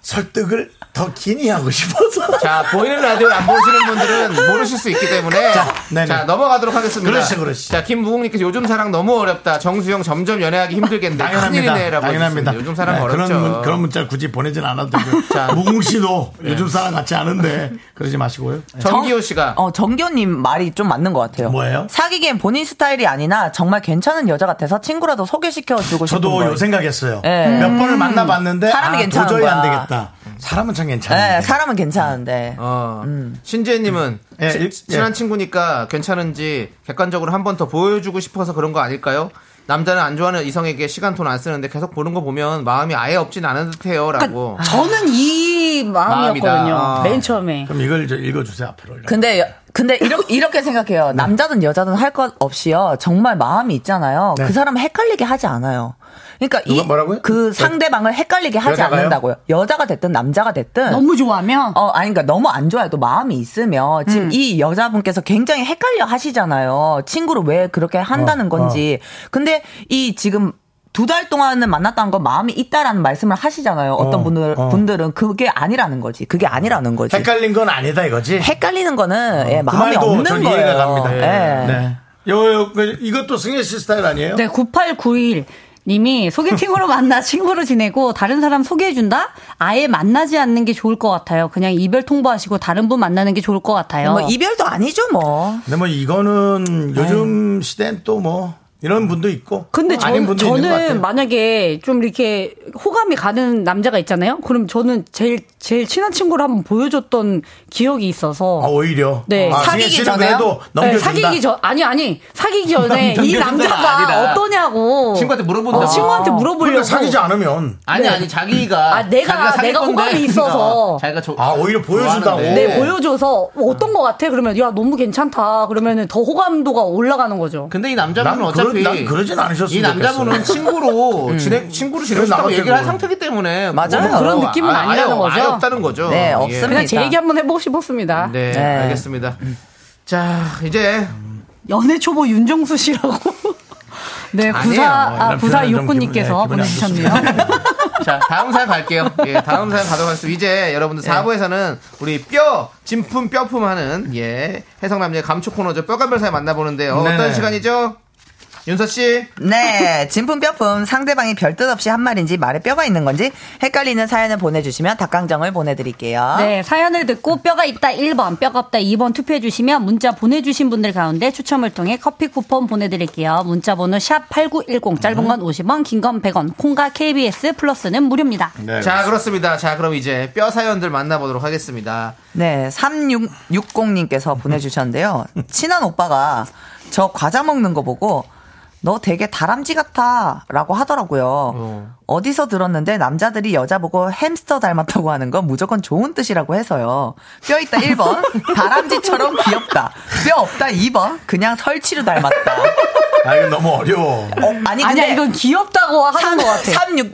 설득을 더 긴히 하고 싶어서. 자, 보이는 라디오 안 보시는 분들은 모르실 수 있기 때문에 자, 네네. 넘어가도록 하겠습니다. 그렇지, 그렇지. 자, 김무국님께서 요즘 사랑 너무 어렵다. 정수영 점점 연애하기 힘들겠네. 당연합니다. 큰일이네라고 당연합니다. 해주셨는데 요즘 사랑 네, 어렵죠. 그런, 문- 그런 문자 굳이 보내진 않아도 되고. 자. 네. 무궁 씨도 요즘 사람 같지 않은데 그러지 마시고요. 네. 정기호 씨가 어, 정교님 말이 좀 맞는 것 같아요. 뭐예요? 사귀기엔 본인 스타일이 아니나 정말 괜찮은 여자 같아서 친구라도 소개시켜주고 싶은 저도 거예요. 요 생각했어요. 네. 예. 몇 음. 번을 만나봤는데 사람이 아, 괜찮은 도저히 안 거야. 되겠다. 사람은 참 괜찮은데. 네, 사람은 괜찮은데. 어, 신지혜님은 음. 예, 친- 일- 친한 예. 친구니까 괜찮은지 객관적으로 한 번 더 보여주고 싶어서 그런 거 아닐까요? 남자는 안 좋아하는 이성에게 시간 돈 안 쓰는데 계속 보는 거 보면 마음이 아예 없진 않은 듯해요라고. 그러니까 저는 이 마음이다. 마음이었거든요. 아. 맨 처음에. 그럼 이걸 저 읽어주세요 앞으로. 그- 이렇게. 근데 여- 근데 이렇게, 이렇게 생각해요. 네. 남자든 여자든 할 것 없이요. 정말 마음이 있잖아요. 네. 그 사람 헷갈리게 하지 않아요. 그러니까 누가 이 뭐라고요? 네. 그 상대방을 헷갈리게 하지 여자가요? 않는다고요. 여자가 됐든 남자가 됐든 너무 좋아하면 어, 아니, 그니까 너무 안 좋아해도 마음이 있으면 지금 이 여자분께서 굉장히 헷갈려 하시잖아요. 친구를 왜 그렇게 어, 한다는 건지. 근데 이 지금 두 달 동안은 만났다는 건 마음이 있다라는 말씀을 하시잖아요. 어떤 어, 분들, 어. 분들은 그게 아니라는 거지. 그게 아니라는 거지. 헷갈린 건 아니다 이거지. 리는 거는 예, 그 마음이 말도 없는 전 거예요. 이해가 갑니다. 예. 네. 요, 요, 그, 이것도 승혜 씨 스타일 아니에요? 네, 9891. 님이 소개팅으로 만나 친구로 지내고 다른 사람 소개해준다? 아예 만나지 않는 게 좋을 것 같아요. 그냥 이별 통보하시고 다른 분 만나는 게 좋을 것 같아요. 뭐 이별도 아니죠, 뭐. 근데 뭐 이거는 요즘 시대엔 또 뭐 이런 분도 있고 근데 저, 아닌 분도 있는 것 같아요. 저는 만약에 좀 이렇게 호감이 가는 남자가 있잖아요. 그럼 저는 제일 제일 친한 친구를 한번 보여줬던 기억이 있어서 아, 오히려 네, 아, 사귀기 승혜 씨는 전에요? 그래도 네, 넘겨준다. 사귀기 전 아니 아니 사귀기 전에 이 넘겨준다가 남자가 아니라 어떠냐고 친구한테 물어본다. 어, 친구한테 그러니까 물어보려고 사귀지 않으면 아니 아니 자기가 아, 내가- 자기가 사귈 내가 건데 호감이 있어서. 자기가 조, 아, 오히려 보여준다고. 좋아하는데. 네, 보여줘서 뭐 어떤 거 같아? 그러면 야 너무 괜찮다. 그러면은 더 호감도가 올라가는 거죠. 근데 이 남자분은 난 그러- 어차피 난 그러진 않으셨으면 이 남자분은 친구로 지내 친구로 음. 그래서 지내고 싶다고 나한테 얘기를 한 그걸- 상태이기 때문에 맞아요. 뭐 그런 느낌은 아, 아니라는 아예- 거죠. 아예 없다는 거죠. 네, 예. 없습니다. 그냥 제 얘기 한번 해보고 싶었습니다. 네, 네. 알겠습니다. 자 이제 연애 초보 윤정수 씨라고. 네, 아니에요. 구사 아, 이런 구사 표현은 좀 육군님께서 기분- 네, 기분이 보내주셨네요. 자, 다음 사연 갈게요. 예, 다음 사연 가도록 하겠습니다. 이제 여러분들 4부에서는 우리 뼈, 진품, 뼈품 하는, 예, 해성남녀의 감초 코너죠. 뼈간별 사연 만나보는데요. 어떤 네네. 시간이죠? 윤서씨? 네, 진품 뼈품 상대방이 별뜻 없이 한 말인지 말에 뼈가 있는 건지 헷갈리는 사연을 보내주시면 닭강정을 보내드릴게요. 네, 사연을 듣고 뼈가 있다 1번, 뼈가 없다 2번 투표해 주시면 문자 보내 주신 분들 가운데 추첨을 통해 커피 쿠폰 보내 드릴게요. 문자 번호 샵 8910 짧은 건 50원, 긴 건 100원. 콩과 KBS 플러스는 무료입니다. 자, 그렇습니다. 자, 그럼 이제 뼈 사연들 만나보도록 하겠습니다. 네, 3660님께서 보내주셨는데요. 친한 오빠가 저 과자 먹는 거 보고 너 되게 다람쥐 같아 라고 하더라고요. 어디서 들었는데 남자들이 여자 보고 햄스터 닮았다고 하는 건 무조건 좋은 뜻이라고 해서요. 뼈 있다 1번, 다람쥐처럼 귀엽다. 뼈 없다 2번, 그냥 설치류 닮았다. 아 이거 너무 어려워. 어, 아니, 아니야, 근데 이건 귀엽다고 하는 것 같아.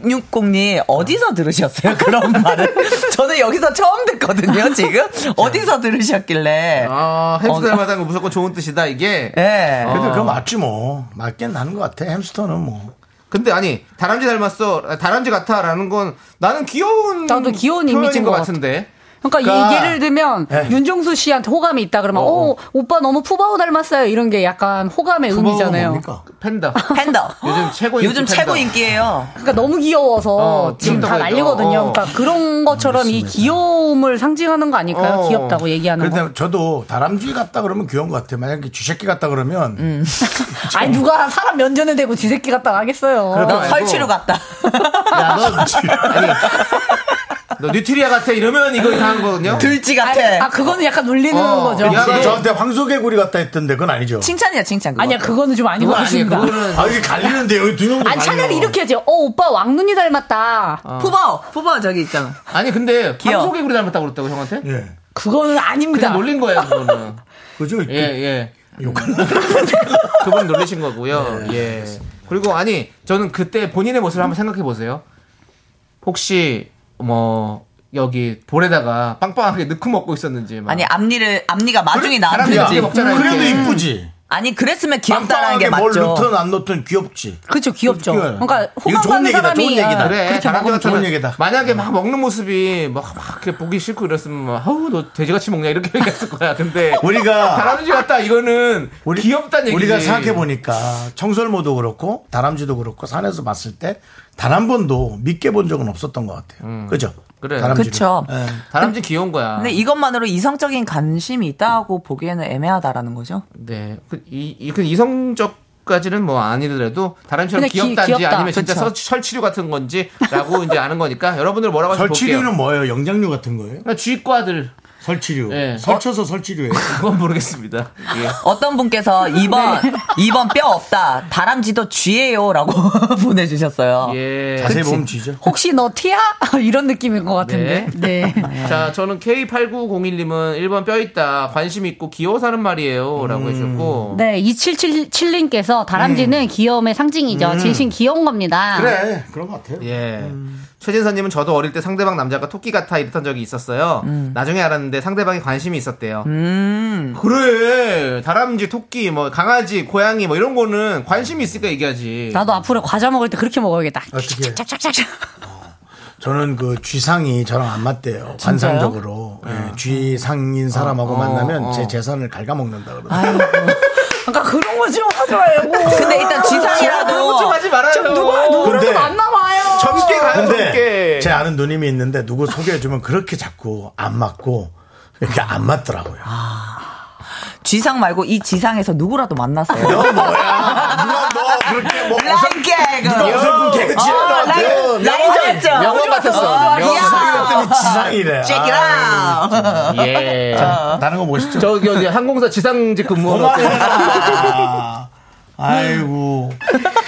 3660님 어디서 들으셨어요? 그런 말을. 저는 여기서 처음 아, 듣거든요, 지금. 어디서 들으셨길래. 어, 어, 햄스터 닮았다는 건 무조건 좋은 뜻이다, 이게. 예. 아. 어. 근데 그거 맞지 뭐. 맞긴 하는 것 같아. 햄스터는 뭐. 근데 아니, 다람쥐 닮았어, 다람쥐 같아, 라는 건 나는 귀여운. 나도 귀여운 표현인 이미지인 것 것 같은데. 그러니까, 그러니까- 예를 들면 윤정수 씨한테 호감이 있다 그러면 어, 오빠 너무 푸바오 닮았어요 이런 게 약간 호감의 의미잖아요. 뭡니까? 팬더. 팬더. 요즘 최고 인기 요즘 팬더. 최고 인기예요. 그러니까 너무 귀여워서 어, 지금 다 귀엽다고 해도. 난리거든요. 어. 그러니까 그런 것처럼 이 귀여움을 상징하는 거 아닐까요? 어. 귀엽다고 얘기하는 거. 그런데 저도 다람쥐 같다 그러면 귀여운 것 같아요. 만약에 쥐새끼 같다 그러면 아니 누가 사람 면전에 대고 그렇죠. 쥐새끼 같다 하겠어요. 너 말고. 설치로 갔다. 야, 너, 아니, 너 뉴트리아 같아 이러면 이거 이상한 거거든요. 들쥐 아, 아, 그거는 약간 놀리는 어, 거죠. 네, 미안하다. 저한테 황소개구리 같다 했던데 그건 아니죠. 칭찬이야 칭찬. 그거. 아니야, 그거는 좀 아닌 것 그건 아니에요. 같습니다. 그거는 아 이게 갈리는데 여기 두 명도 아니, 차라리 갈려. 이렇게 하지. 어, 오빠 왕눈이 닮았다. 어. 푸바오 푸바오 저기 있잖아. 아니 근데 귀여워. 황소개구리 닮았다고 그랬다고 형한테? 그러니까. 예. 그거는 아닙니다. 그냥 놀린 거예요 그거는. 그죠? 예 예. 욕하는 그분 놀리신 거고요. 네, 예. 그리고 아니 저는 그때 본인의 모습을 한번 생각해 보세요. 혹시 뭐 여기 볼에다가 빵빵하게 넣고 먹고 있었는지. 막. 어. 아니 앞니를 앞니가 마중이 사람들이 나왔는지. 앞니 먹잖아요. 그래도 이렇게. 음. 이쁘지. 아니 그랬으면 귀엽다라는 빵빵하게 게 뭘 맞죠. 넣든 안 넣든 귀엽지. 그렇죠, 귀엽죠. 그래요. 그러니까 이거 호감 좋은 가는 얘기다, 사람이 좋은 아. 얘기다. 어, 그래, 그렇게 다른 먹으면 것 좋은 같으면 얘기다. 네. 만약에 막 먹는 모습이 막, 막 이렇게 보기 싫고 이랬으면 막, 아우, 너 돼지같이 먹냐, 이렇게 얘기했을 거야. 근데. 우리가 다람쥐 같다, 이거는. 귀엽다는 얘기지. 우리가 생각해 보니까 청설모도 그렇고 다람쥐도 그렇고 산에서 봤을 때 단 한 번도 믿게 본 적은 없었던 것 같아요. 그죠? 음. 그래요. 다람쥐를. 그쵸. 예. 다람쥐 귀여운 거야. 근데 이것만으로 이성적인 관심이 있다고 보기에는 애매하다라는 거죠. 네. 그, 이, 이, 그 이성적. 까지는 뭐 아니더라도 다람쥐처럼 근데 귀- 귀엽다든지 귀엽다. 아니면 진짜 그쵸. 서- 설치류 같은 건지라고 이제 아는 거니까 여러분들 뭐라고 하실지 볼게요. 설치류는 뭐예요? 영장류 같은 거예요? 그러니까 쥐과들 설치류. 예. 어? 설쳐서 설치류예요. 그건 모르겠습니다. 예. 어떤 분께서 2번, 네. 2번 뼈 없다. 다람쥐도 쥐예요. 라고 아. 보내주셨어요. 예. 자세히 보면 쥐죠. 혹시 너 티야? 이런 느낌인 것 같은데. 네. 자, 저는 K8901님은 1번 뼈 있다. 관심 있고 귀여워서는 말이에요. 라고 음. 해주셨고. 네, 2777님께서 다람쥐는 귀여움의 상징이죠. 진심 귀여운 겁니다. 아. 그래, 그런 것 같아요. 예. 최진선님은 저도 어릴 때 상대방 남자가 토끼 같아 이랬던 적이 있었어요. 나중에 알았는데 상대방이 관심이 있었대요. 음. 그래. 다람쥐, 토끼, 뭐, 강아지, 고양이, 뭐, 이런 거는 관심이 있으니까 얘기하지. 나도 앞으로 과자 먹을 때 그렇게 먹어야겠다. 어떻게? 짝짝짝짝. 저는 그 쥐상이 저랑 안 맞대요. 환상적으로 예, 쥐상인 사람하고 만나면 제 재산을 갉아먹는다 그러더라고요. 그러니까 그런 거 좀 하지 말고. 근데 일단 그런 좀 쥐상이라도 하지 말아요. 누가 누구라도 근데- 만나 봐요. 젊게 가요, 근데 젊게. 제 아는 누님이 있는데 누구 소개해주면 그렇게 자꾸 안 맞고 이렇게 안 맞더라고요. 쥐상 말고 이 지상에서 누구라도 만나세요. 너 뭐야? 누가 너 그렇게 뭐 라인 개그. 어설픈 개그치야 라인, 라인 죠 명언 같았어. 명언. 그랬더니 지상이래. Check it out. 예. 나는 거 멋있죠? 저기, 어디 항공사 뭐 지상직 근무하고. 아, 아이고.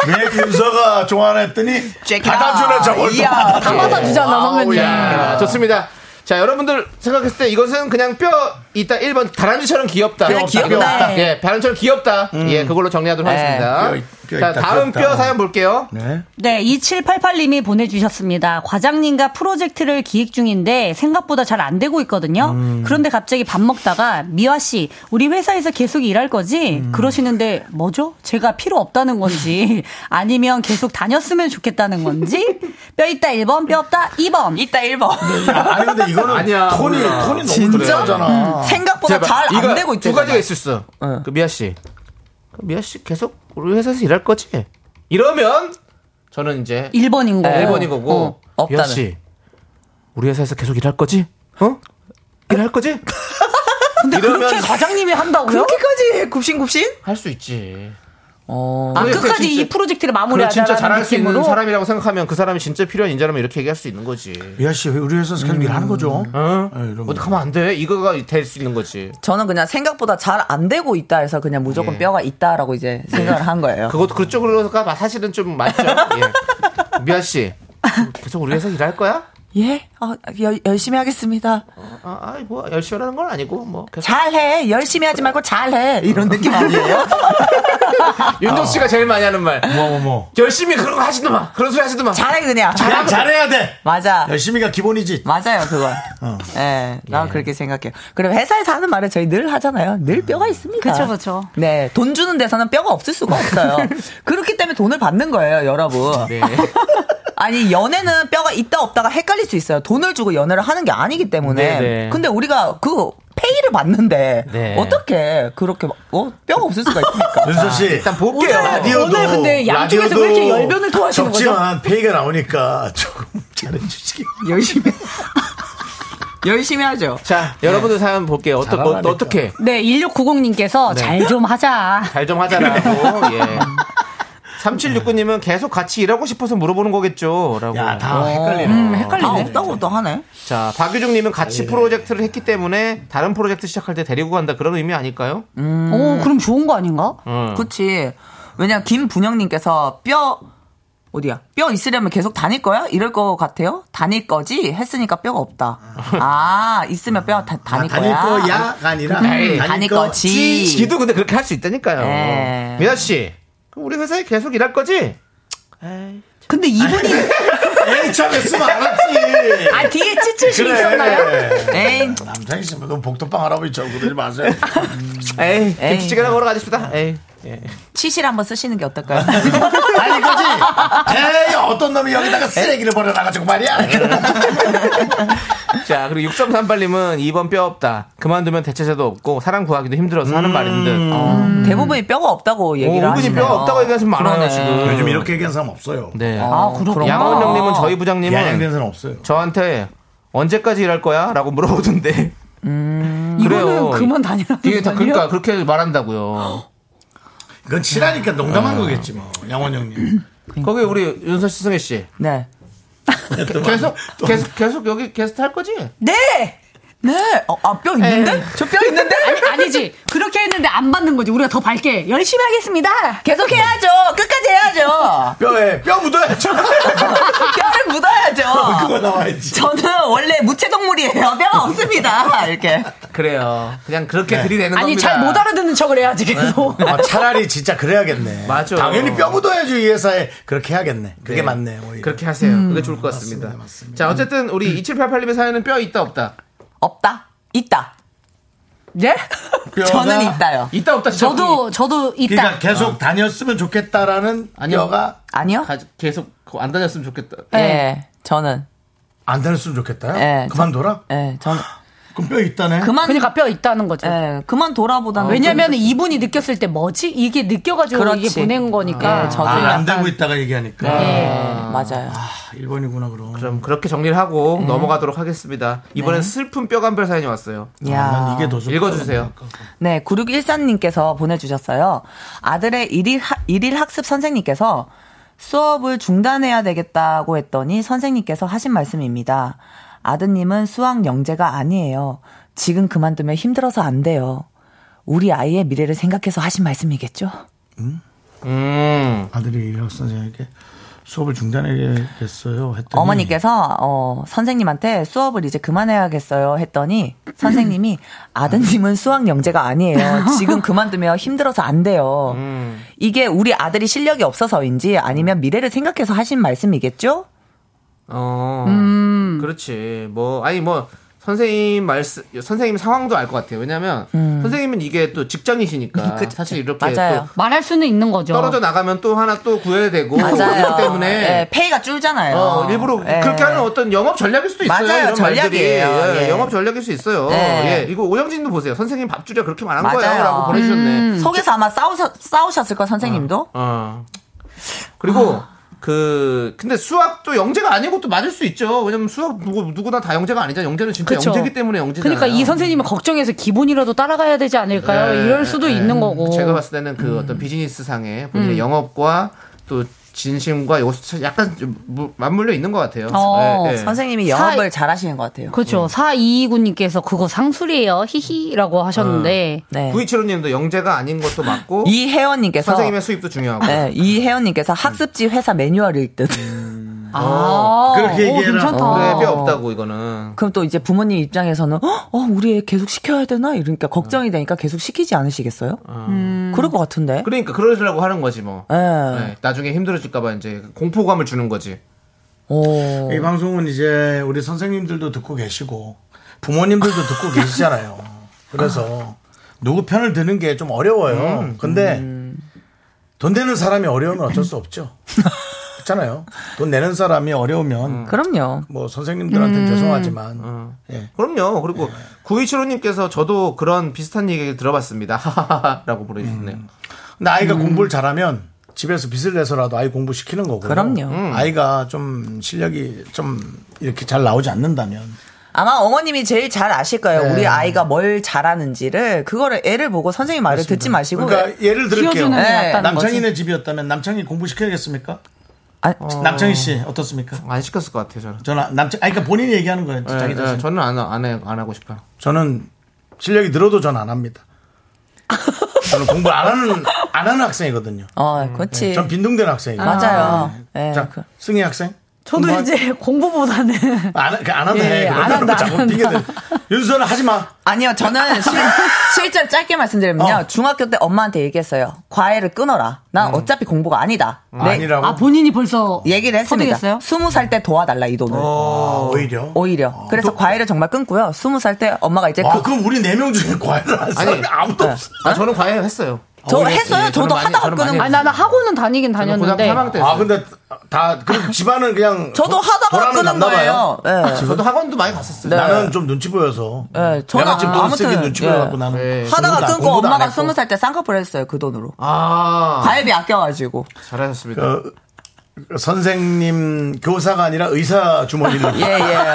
왜 윤서가 좋아하나 했더니 Check it 받아주는 out. 저걸 또 이야. 받아. 다 받아주잖아, 선배님. 야, 좋습니다. 자, 여러분들 생각했을 때 이것은 그냥 뼈 있다 1번 다람쥐처럼 귀엽다. 그냥 귀엽다. 뼈. 예, 다람쥐처럼 귀엽다. 예, 그걸로 정리하도록 네. 하겠습니다. 음. 뼈 있- 뼈 자, 있다, 다음 귀엽다. 뼈 사연 볼게요. 네. 네, 2788님이 보내주셨습니다. 과장님과 프로젝트를 기획 중인데 생각보다 잘 안 되고 있거든요. 그런데 갑자기 밥 먹다가 미화 씨, 우리 회사에서 계속 일할 거지? 그러시는데 뭐죠? 제가 필요 없다는 건지 아니면 계속 다녔으면 좋겠다는 건지 뼈 있다 1번, 뼈 없다 2번. 네. 이따 1번. 아니 근데 이거는 아니야, 톤이 몰라. 톤이 너무 진짜? 좋잖아. 음, 생각보다 제발. 잘 이거 안 되고 있대. 네. 두 가지가 있을 수. 있어. 그 미아 씨. 그 미아 씨 계속 우리 회사에서 일할 거지? 이러면 저는 이제 1번인 거. 네. 1번인 네, 거고. 어, 미아 없다는. 씨. 우리 회사에서 계속 일할 거지? 어? 일할 거지? 근데 이러면- 그렇게 과장님이 한다고요? 그렇게까지 굽신굽신? 할 수 있지. 어. 아, 그래, 끝까지 그러니까 진짜- 이 프로젝트를 그걸 진짜 마무리하자는 잘할 수 느낌으로 있는 사람이라고 생각하면 그 사람이 진짜 필요한 인자라면 이렇게 얘기할 수 있는 거지. 미아 씨, 왜 우리 회사에서 계속 일하는 거죠? 어? 네, 이런 거. 어떻게 하면 안 돼? 이거가 될 수 있는 거지. 저는 그냥 생각보다 잘 안 되고 있다 해서 그냥 무조건 예. 뼈가 있다라고 이제 생각을 한 거예요. 그것도 그쪽으로가 사실은 좀 맞죠. 예. 미아 씨, 계속 우리 회사 일할 거야? 예? 어, 여- 열심히 하겠습니다. 아, 아이 뭐 열심히 하는 건 아니고 뭐. 계속. 잘해. 열심히 하지 말고 잘해. 이런 느낌 아니에요? 윤정 씨가 제일 많이 하는 말. 뭐, 뭐, 뭐. 열심히 그런 거 하지도 마. 그런 소리 하지도 마. 잘해 그냥. 아, 그냥 잘해야 돼. 맞아. 열심히가 기본이지. 맞아요, 그건. 어. 예, 난 그렇게 생각해요. 그리고 회사에서 하는 말을 저희 늘 하잖아요. 음. 늘 뼈가 있습니다. 그쵸, 그쵸. 네, 돈 주는 데서는 뼈가 없을 수가 없어요. 그렇기 때문에 돈을 받는 거예요, 네. 여러분. 아니, 연애는 뼈가 있다 없다가 헷갈릴 수 있어요. 돈을 주고 연애를 하는 게 아니기 때문에. 네, 네. 근데 우리가 그 페이를 받는데 네. 어떻게 그렇게 막, 어? 뼈가 없을 수가 있습니까? 윤서 씨. 일단 볼게요. 라디오도 아, 오늘 근데 양쪽에서 왜 이렇게 라디오도 열변을 토하시는 거죠? 적지만 페이가 나오니까 조금 잘해주시기 바랍니다. 열심히 열심히 하죠. 자, 여러분들 사연 볼게요. 어떠, 네. 잘하면 어, 안 되죠. 어떻게? 네. 네, 1690님께서 잘 좀 하자라고. 잘 좀 하자라고. 예. 3769님은 계속 같이 일하고 싶어서 물어보는 거겠죠. 라고. 어. 야, 다 헷갈리네. 음, 헷갈리네. 아, 다 없다고 또 하네. 자, 박유중님은 같이 프로젝트를 했기 때문에 다른 프로젝트 시작할 때 데리고 간다 그런 의미 아닐까요? 음, 오, 그럼 좋은 거 아닌가? 음. 그치. 왜냐, 김분영님께서 뼈, 어디야? 뼈 있으려면 계속 다닐 거야? 이럴 거 같아요? 다닐 거지? 했으니까 뼈가 없다. 아, 있으면 뼈 다, 아, 다닐, 다닐 거야? 거야가 아니라 음, 다닐 다닐 거지. 거지. 네. 지도 근데 그렇게 할 수 있다니까요. 네. 미아 씨, 그럼 우리 회사에 계속 일할 거지? 근데 이분이 네. 에이, 참에 쓰면 알았지. 아 뒤에 찌찌시 그래. 에이 남창희 씨, 뭐 너무 복도빵 할아버지 저거 그러지 마세요. 에이, 에이. 김치찌개나 먹으러 가십시다. 에이. 예. 치실 한번 쓰시는 게 어떨까요? 아니, 그지? 에이, 어떤 놈이 여기다가 쓰레기를 버려놔가지고 말이야. 자, 그리고 6338님은 2번 뼈 없다. 그만두면 대체자도 없고 사랑 구하기도 힘들어서 음. 하는 말인 듯. 어. 대부분이 뼈가 그러니까 없다고 얘기를 어, 은근히 하시네요. 뼈 없다고 얘기하시면 많아요, 그러네. 지금. 요즘 이렇게 얘기하는 사람 없어요. 네. 아, 그렇구나. 양원영님은 저희 양양된 부장님은 사람 없어요. 저한테 언제까지 일할 거야? 라고 물어보던데. 이거는 음, 그만 다니라는 이게 다 거 아니에요? 그러니까 그렇게 말한다고요. 그건 친하니까 농담한 거겠지 뭐. 양원영님. 거기 우리 윤서 씨, 승혜 씨 네. 계속 계속 계속 여기 게스트 할 거지? 네. 네. 어, 아, 뼈 있는데? 저 뼈 있는데? 아니, 아니지. 그렇게 했는데 안 받는 거지. 우리가 더 밝게 열심히 하겠습니다. 계속 해야죠. 끝까지 해야죠. 뼈에, 뼈 묻어야죠. 뼈를 묻어야죠. 그거 나와야지. 저는 원래 무채동물이에요. 뼈가 없습니다. 이렇게. 그래요. 그냥 그렇게 들이대는 아니, 겁니다. 잘 못 알아듣는 척을 해야지, 네. 계속. 아, 차라리 진짜 그래야겠네. 맞아. 당연히 뼈 묻어야지 이 회사에 그렇게 해야겠네. 그게 맞네. 오히려. 그렇게 하세요. 그게 좋을 것 같습니다. 자, 어쨌든 우리 2788님의 사연은 뼈 있다 없다. 없다. 있다. 예? 저는 있다요. 있다 없다. 진짜 저도, 저도 있다. 그러니까 계속 다녔으면 좋겠다라는 아니요. 뼈가 아니요? 가- 계속 그거 안 다녔으면 좋겠다. 예. 저는. 안 다녔으면 좋겠다요. 예, 그만둬라. 예. 저는. 그럼 뼈 있다네. 그만 그러니까 뼈 있다는 거죠. 예. 그만 돌아보다는 그러니까 왜냐면 이분이 느꼈을 때 뭐지? 이게 느껴가지고 그렇지. 이게 보낸 거니까. 예, 저도 아, 안 약간 네. 예, 되고 있다가 얘기하니까. 맞아요. 아, 1번이구나 그럼. 그럼 그렇게 정리를 하고 넘어가도록 하겠습니다. 이번엔 슬픈 뼈간별 사연이 왔어요. 야. 난 이게 더 좋다. 읽어주세요. 네, 9614님께서 보내주셨어요. 아들의 일일, 하- 일일 학습 선생님께서 수업을 중단해야 되겠다고 했더니 선생님께서 하신 말씀입니다. 아드님은 수학 영재가 아니에요. 지금 그만두면 힘들어서 안 돼요. 우리 아이의 미래를 생각해서 하신 말씀이겠죠? 음. 아들이 이력 선생에게 수업을 중단하겠어요. 음. 했더니 어머니께서 어, 선생님한테 수업을 이제 그만해야겠어요 했더니 선생님이 아드님은 수학 영재가 아니에요. 지금 그만두면 힘들어서 안 돼요. 음. 이게 우리 아들이 실력이 없어서인지 아니면 미래를 생각해서 하신 말씀이겠죠? 어. 음. 그렇지. 뭐 아니 뭐 선생님 말씀 선생님 상황도 알 것 같아요. 왜냐면 선생님은 이게 또 직장이시니까 사실 이렇게 음. 맞아요. 또 말할 수는 있는 거죠. 떨어져 나가면 또 하나 또 구해야 되고 맞아요. 그렇기 때문에 예, 페이가 줄잖아요. 어, 일부러 예. 그렇게 하는 어떤 영업 전략일 수도 있어요. 맞아요. 이런 전략이에요. 말들이. 예, 예. 영업 전략일 수 있어요. 네. 예. 이거 오영진도 보세요. 선생님 밥 주려 그렇게 말한 맞아요. 음. 거예요라고 보내주셨네. 속에서 아마 싸우셨, 싸우셨을 거 선생님도. 어. 그리고 아. 그 근데 수학도 영재가 아니고 또 맞을 수 있죠. 왜냐면 수학 누구 누구나 다 영재가 아니잖아요. 영재는 진짜 그쵸. 영재기 때문에 영재잖아요. 그러니까 이 선생님은 걱정해서 기본이라도 따라가야 되지 않을까요? 예, 이럴 수도 예. 있는 거고. 음. 제가 봤을 때는 그 어떤 비즈니스 상의 본인의 영업과 또 진심과 요것이 약간 좀 무- 맞물려 있는 것 같아요. 어, 예, 예. 선생님이 영업을 잘하시는 것 같아요. 그렇죠. 4229님께서 그거 상술이에요. 히히라고 하셨는데. 네. 구이치로님도 영재가 아닌 것도 맞고 그 이혜원님께서 선생님의 수입도 중요하고 네, 이혜원님께서 학습지 회사 매뉴얼일 듯. 아, 어, 그렇게 오, 얘기해라. 괜찮다. 그래 뼈 없다고 이거는 그럼 또 이제 부모님 입장에서는 "헉, 어, 우리 애 계속 시켜야 되나 이러니까 걱정이 되니까 계속 시키지 않으시겠어요? 그럴 것 같은데. 그러니까 그러려고 하는 거지 뭐. 네. 예. 예, 나중에 힘들어질까봐 이제 공포감을 주는 거지. 오. 이 방송은 이제 우리 선생님들도 듣고 계시고 부모님들도 듣고 계시잖아요. 그래서 누구 편을 드는 게 좀 음, 어려워요. 근데 돈 되는 사람이 어려우면 어쩔 수 없죠. 그렇잖아요. 돈 내는 사람이 어려우면 음. 그럼요. 뭐 음, 선생님들한테는 죄송하지만 예. 그럼요. 그리고 구이치로님께서 저도 그런 비슷한 얘기 들어봤습니다. 라고 보내주셨네요. 근데 아이가 음. 공부를 잘하면 집에서 빚을 내서라도 아이 공부 시키는 거고. 음. 그럼요. 아이가 좀 실력이 좀 이렇게 잘 나오지 않는다면 아마 어머님이 제일 잘 아실 거예요. 네. 우리 아이가 뭘 잘하는지를 그거를 애를 보고 선생님 말을 듣지 마시고 그러니까 예를 들을게요. 키워주는 애 같다는 남창희네 집이었다면 남창희 공부시켜야겠습니까? 아, 어. 남창희 씨 어떻습니까? 안 시켰을 것 같아요, 저는. 저는 남창 아니 그러니까 본인이 얘기하는 거예요. 예, 자기 예, 자신. 저는 안, 안, 해, 안 하고 싶어요. 네, 저는 실력이 늘어도 전 안 합니다. 저는 공부 안 하는 안 하는 학생이거든요. 어, 그렇지. 전 빈둥대는 학생이에요. 맞아요. 네. 자, 승희 학생. 저도 공부하- 이제 공부보다는 안, 하- 그러니까 안 한다 해. 예, 그러면 안 한다, 자꾸 안 핑계 대. 윤수는 하지 마. 아니요, 저는 실, 실제로 짧게 말씀드리면요. 어. 중학교 때 엄마한테 얘기했어요. 과외를 끊어라. 난 음. 어차피 공부가 아니다. 네. 아 본인이 벌써 얘기를 했습니다. 스무 살 때 도와달라 이 돈을. 어. 아, 오히려. 오히려. 그래서 과외를 정말 끊고요. 스무 살 때 엄마가 어, 이제 아, 와, 그- 그럼 우리 네 명 중에 과외를 안 사람이 아무도 없어. 아, 저는 과외 했어요. 저 오히려- 했어요. 예, 저는 저도 많이- 하다가 저는 많이 끊은 거. 아니 나는 학원은 다니긴 저는 고등학교 다녔는데 3학년 때 아 했어요. 근데 다 그럼 집안은 그냥 저도 도- 하다가 도라는 끊은 났나 거예요. 봐요. 예. 네, 저도 학원도 많이 네. 갔었어요. 나는 좀 눈치 보여서. 예, 저는 내가 지금 아, 돈 쓰기 아무튼, 눈치 예. 보여갖고 나는 예. 하다가 끊고 공부도 안 엄마가 했고. 스무 살 때 쌍꺼풀 했어요. 그 돈으로. 아, 과외비 아껴가지고. 잘하셨습니다. 그, 그 선생님 교사가 아니라 의사 주머니를 예, 예.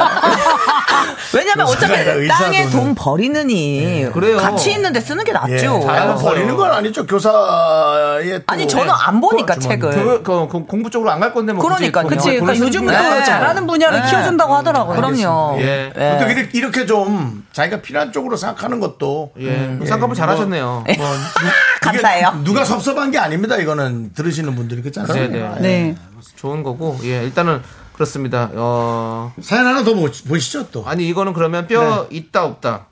왜냐면 의사가 아니라 어차피 의사 땅에 돈을. 돈 버리느니. 그래요. 같이 있는데 쓰는 게 예. 낫죠. 아, 이거 알았어요. 버리는 건 아니죠. 교사의 또- 아니 저는 안 보니까 책을. 그, 그, 그 공부 쪽으로 안 갈 건데 뭐 그러니까, 굳이 그치. 돈을 그러니까 쓰는 요즘 거예요. 그 잘하는 분야를 키워준다고 하더라고요. 예. 그럼요. 예. 예. 또 이렇게, 이렇게 좀 자기가 필요한 쪽으로 생각하는 것도 네. 예. 쌍꺼풀 잘하셨네요. 뭐, 뭐, 이게 감사해요. 누가 섭섭한 게 아닙니다. 이거는 들으시는 분들이 그렇지 네, 않습니까? 네. 예. 네. 좋은 거고, 예, 일단은 그렇습니다. 어, 사연 하나 더 보- 보시죠 또. 아니, 이거는 그러면 뼈 네. 있다, 없다.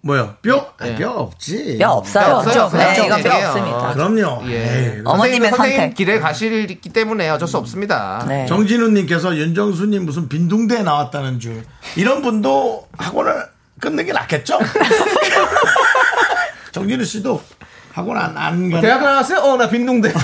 뭐요? 뼈? 아니, 예. 뼈 없지. 아, 뼈 없어요. 없어요, 그죠? 없어요. 네, 이건 뼈 없어요. 없습니다. 그럼요. 예. 에이, 네. 어머님의 선생님, 선생님 선택. 길에 가시기 때문에 어쩔 수 없습니다. 네. 정진우님께서 윤정수님 무슨 빈둥대에 나왔다는 줄 이런 분도 학원을 끊는 게 낫겠죠? 정진우 씨도 학원 안, 안 가는 대학 나왔어요? 어, 나 빈둥대.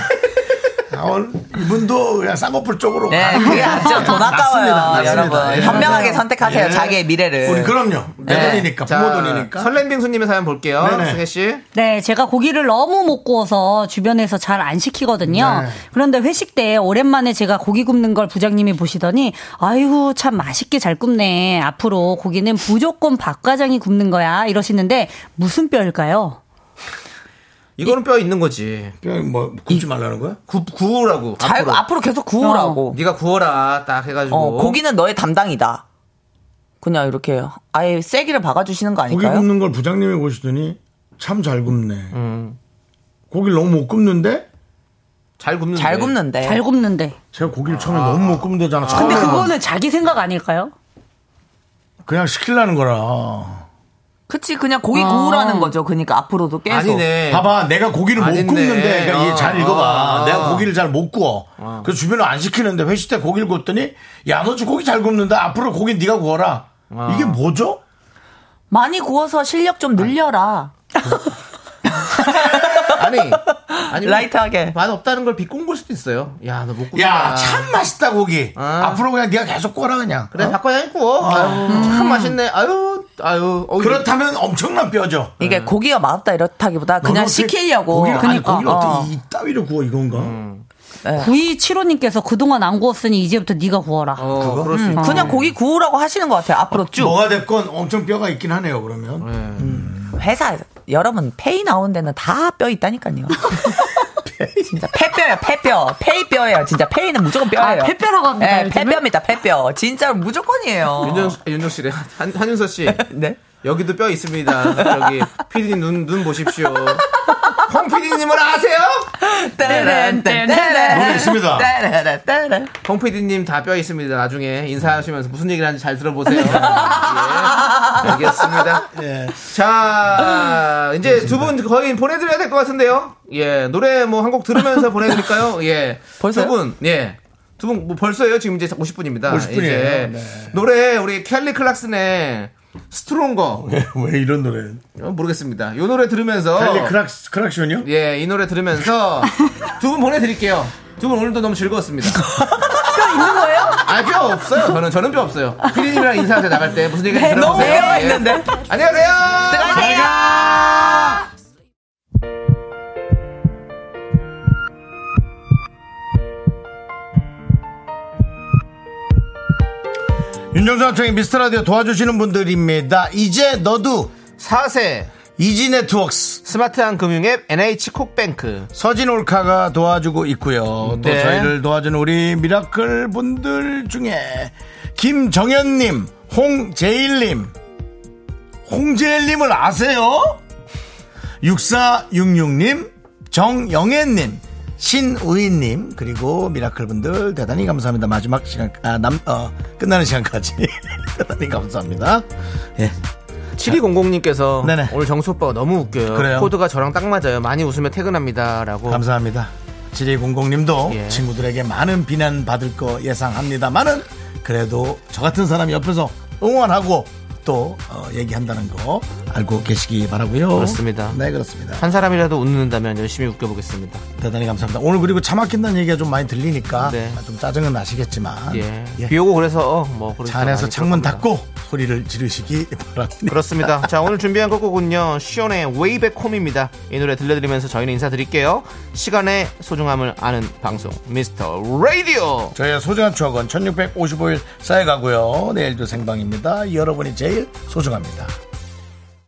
학원 이분도 그냥 쌍꺼풀 쪽으로 네, 가는 그게 거. 아주 돈 낫습니다, 아까워요, 낫습니다. 여러분. 예. 현명하게 선택하세요, 예. 자기의 미래를. 우리 그럼요 내 네. 돈이니까 그러니까 부모 돈이니까 설렘빙수님의 사연 볼게요. 네네. 승혜 씨. 네, 제가 고기를 너무 못 구워서 주변에서 잘 안 시키거든요. 네. 그런데 회식 때 오랜만에 제가 고기 굽는 걸 부장님이 보시더니 아이고 참 맛있게 잘 굽네. 앞으로 고기는 무조건 박과장이 굽는 거야 이러시는데 무슨 뼈일까요? 이거는 뼈 있는 거지. 그냥 뭐 굶지 말라는 거야? 구, 구우라고. 잘, 앞으로. 앞으로. 계속 구우라고. 네가 구워라. 딱 해가지고. 어, 고기는 너의 담당이다. 그냥 이렇게 아예 세기를 박아주시는 거 고기 아닐까요? 굽는 걸 부장님이 보시더니 참 잘 굽네 음. 고기를 너무 못 굽는데 잘 굽는데. 잘 굽는데. 잘 굽는데. 제가 고기를 처음에 너무 못 굽는다잖아 처음에 근데 그거는 자기 생각 아닐까요? 그냥 시키려는 거라 그치, 그냥 고기 구우라는 거죠. 그러니까 앞으로도 계속. 아니네. 봐봐, 내가 고기를 못 아닌데. 굽는데, 그러니까 어, 이게 잘 읽어봐. 어. 내가 고기를 잘 못 구워. 그래서 주변에 안 시키는데 회식 때 고기를 굽더니, 야, 너 지금 고기 잘 굽는다. 앞으로 고기 네가 구워라. 이게 뭐죠? 많이 구워서 실력 좀 늘려라. 아니. 아니. 뭐뭐 라이트하게. 맛 없다는 걸 비꼰 걸 수도 있어요. 야, 너 못 굽다. 야, 참 맛있다, 고기. 아. 앞으로 그냥 네가 계속 구워라, 그냥. 그래, 박과장이 구워. 아유, 참 맛있네. 아유, 아유. 어, 그렇다면 엄청난 뼈죠. 이게 고기가 맛없다 이렇다기보다 네. 너는 그냥 어떻게 시키려고. 고기를, 그러니까. 아니, 고기를 어. 네. 어떻게 이 따위로 구워, 이건가? 구이 7호님께서 그동안 안 구웠으니 이제부터 네가 구워라. 어, 그럴 수 있- 그냥 고기 구우라고 하시는 것 같아요. 앞으로 쭉. 뭐가 됐건 엄청 뼈가 있긴 하네요, 그러면. 회사 여러분 페이 나온 데는 다 뼈 있다니까요. 진짜 폐뼈야 폐뼈 페이뼈예요 진짜 페이는 무조건 뼈예요. 아, 폐뼈라고 합니다, 네, 요즘은? 폐뼈입니다 폐뼈 진짜 무조건이에요. 윤정, 윤정 씨래. 네. 한, 한윤서 씨. 네. 여기도 뼈 있습니다. 저기, 피디님 눈, 눈 보십시오. 홍 피디님을 아세요? 따란, 따란, 모르겠습니다. 따란, 따란. 홍 PD님 다 뼈 있습니다. 나중에 인사하시면서 무슨 얘기를 하는지 잘 들어보세요. 예, 알겠습니다. 자, 이제 두 분 거의 보내드려야 될 것 같은데요. 예, 노래 뭐 한 곡 들으면서 보내드릴까요? 예. 벌써요? 두 분, 예. 두 분, 뭐 벌써예요? 지금 이제 50분입니다. 50분 이에요. 이제 네. 노래, 우리 캘리 클락슨의 스트롱거. 왜 이런 노래? 어, 모르겠습니다. 요 노래 들으면서. 찰리 크락, 크락션이요? 예, 이 노래 들으면서 두 분 보내드릴게요. 두 분 오늘도 너무 즐거웠습니다. 아, 뼈 없어요. 저는, 저는 뼈 없어요. 피디님이랑 인사하세요. 나갈 때 무슨 얘기 네, 너무 들어보세요. 뼈가 예. 있는데. 안녕하세요. 들어가세요. 윤정수 남창의 미스터라디오 도와주시는 분들입니다. 이제 너도 4세 이지네트웍스 스마트한 금융앱 NH콕뱅크 서진 올카가 도와주고 있고요. 또 네. 저희를 도와준 우리 미라클 분들 중에 김정현님, 홍재일님, 홍재일님을 아세요? 6466님, 정영애님, 신우인님 그리고 미라클 분들 대단히 감사합니다. 마지막 시간 아, 남 어, 끝나는 시간까지 대단히 감사합니다. 예. 7200님께서 네네. 오늘 정수 오빠가 너무 웃겨요. 그래요? 코드가 저랑 딱 맞아요. 많이 웃으면 퇴근합니다라고. 감사합니다. 7200님도 뭐 예. 친구들에게 많은 비난 받을 거 예상합니다만은 그래도 저 같은 사람이 옆에서 응원하고 또 어, 얘기한다는 거 알고 계시기 바라고요. 그렇습니다. 네 그렇습니다. 한 사람이라도 웃는다면 열심히 웃겨보겠습니다. 대단히 감사합니다. 오늘 그리고 차 막힌다는 얘기가 좀 많이 들리니까 네. 좀 짜증은 나시겠지만 예. 예. 비 오고 그래서 어, 뭐 그런 차 안에서 상황이 창문 그렇습니다. 닫고 소리를 지르시기 바랍니다. 그렇습니다. 자, 오늘 준비한 곡은요. 시온의 웨이백 홈입니다. 이 노래 들려드리면서 저희는 인사드릴게요. 시간의 소중함을 아는 방송, 미스터 라디오! 저희의 소중한 추억은 1655일 쌓여가고요. 내일도 생방입니다. 여러분이 제일 소중합니다.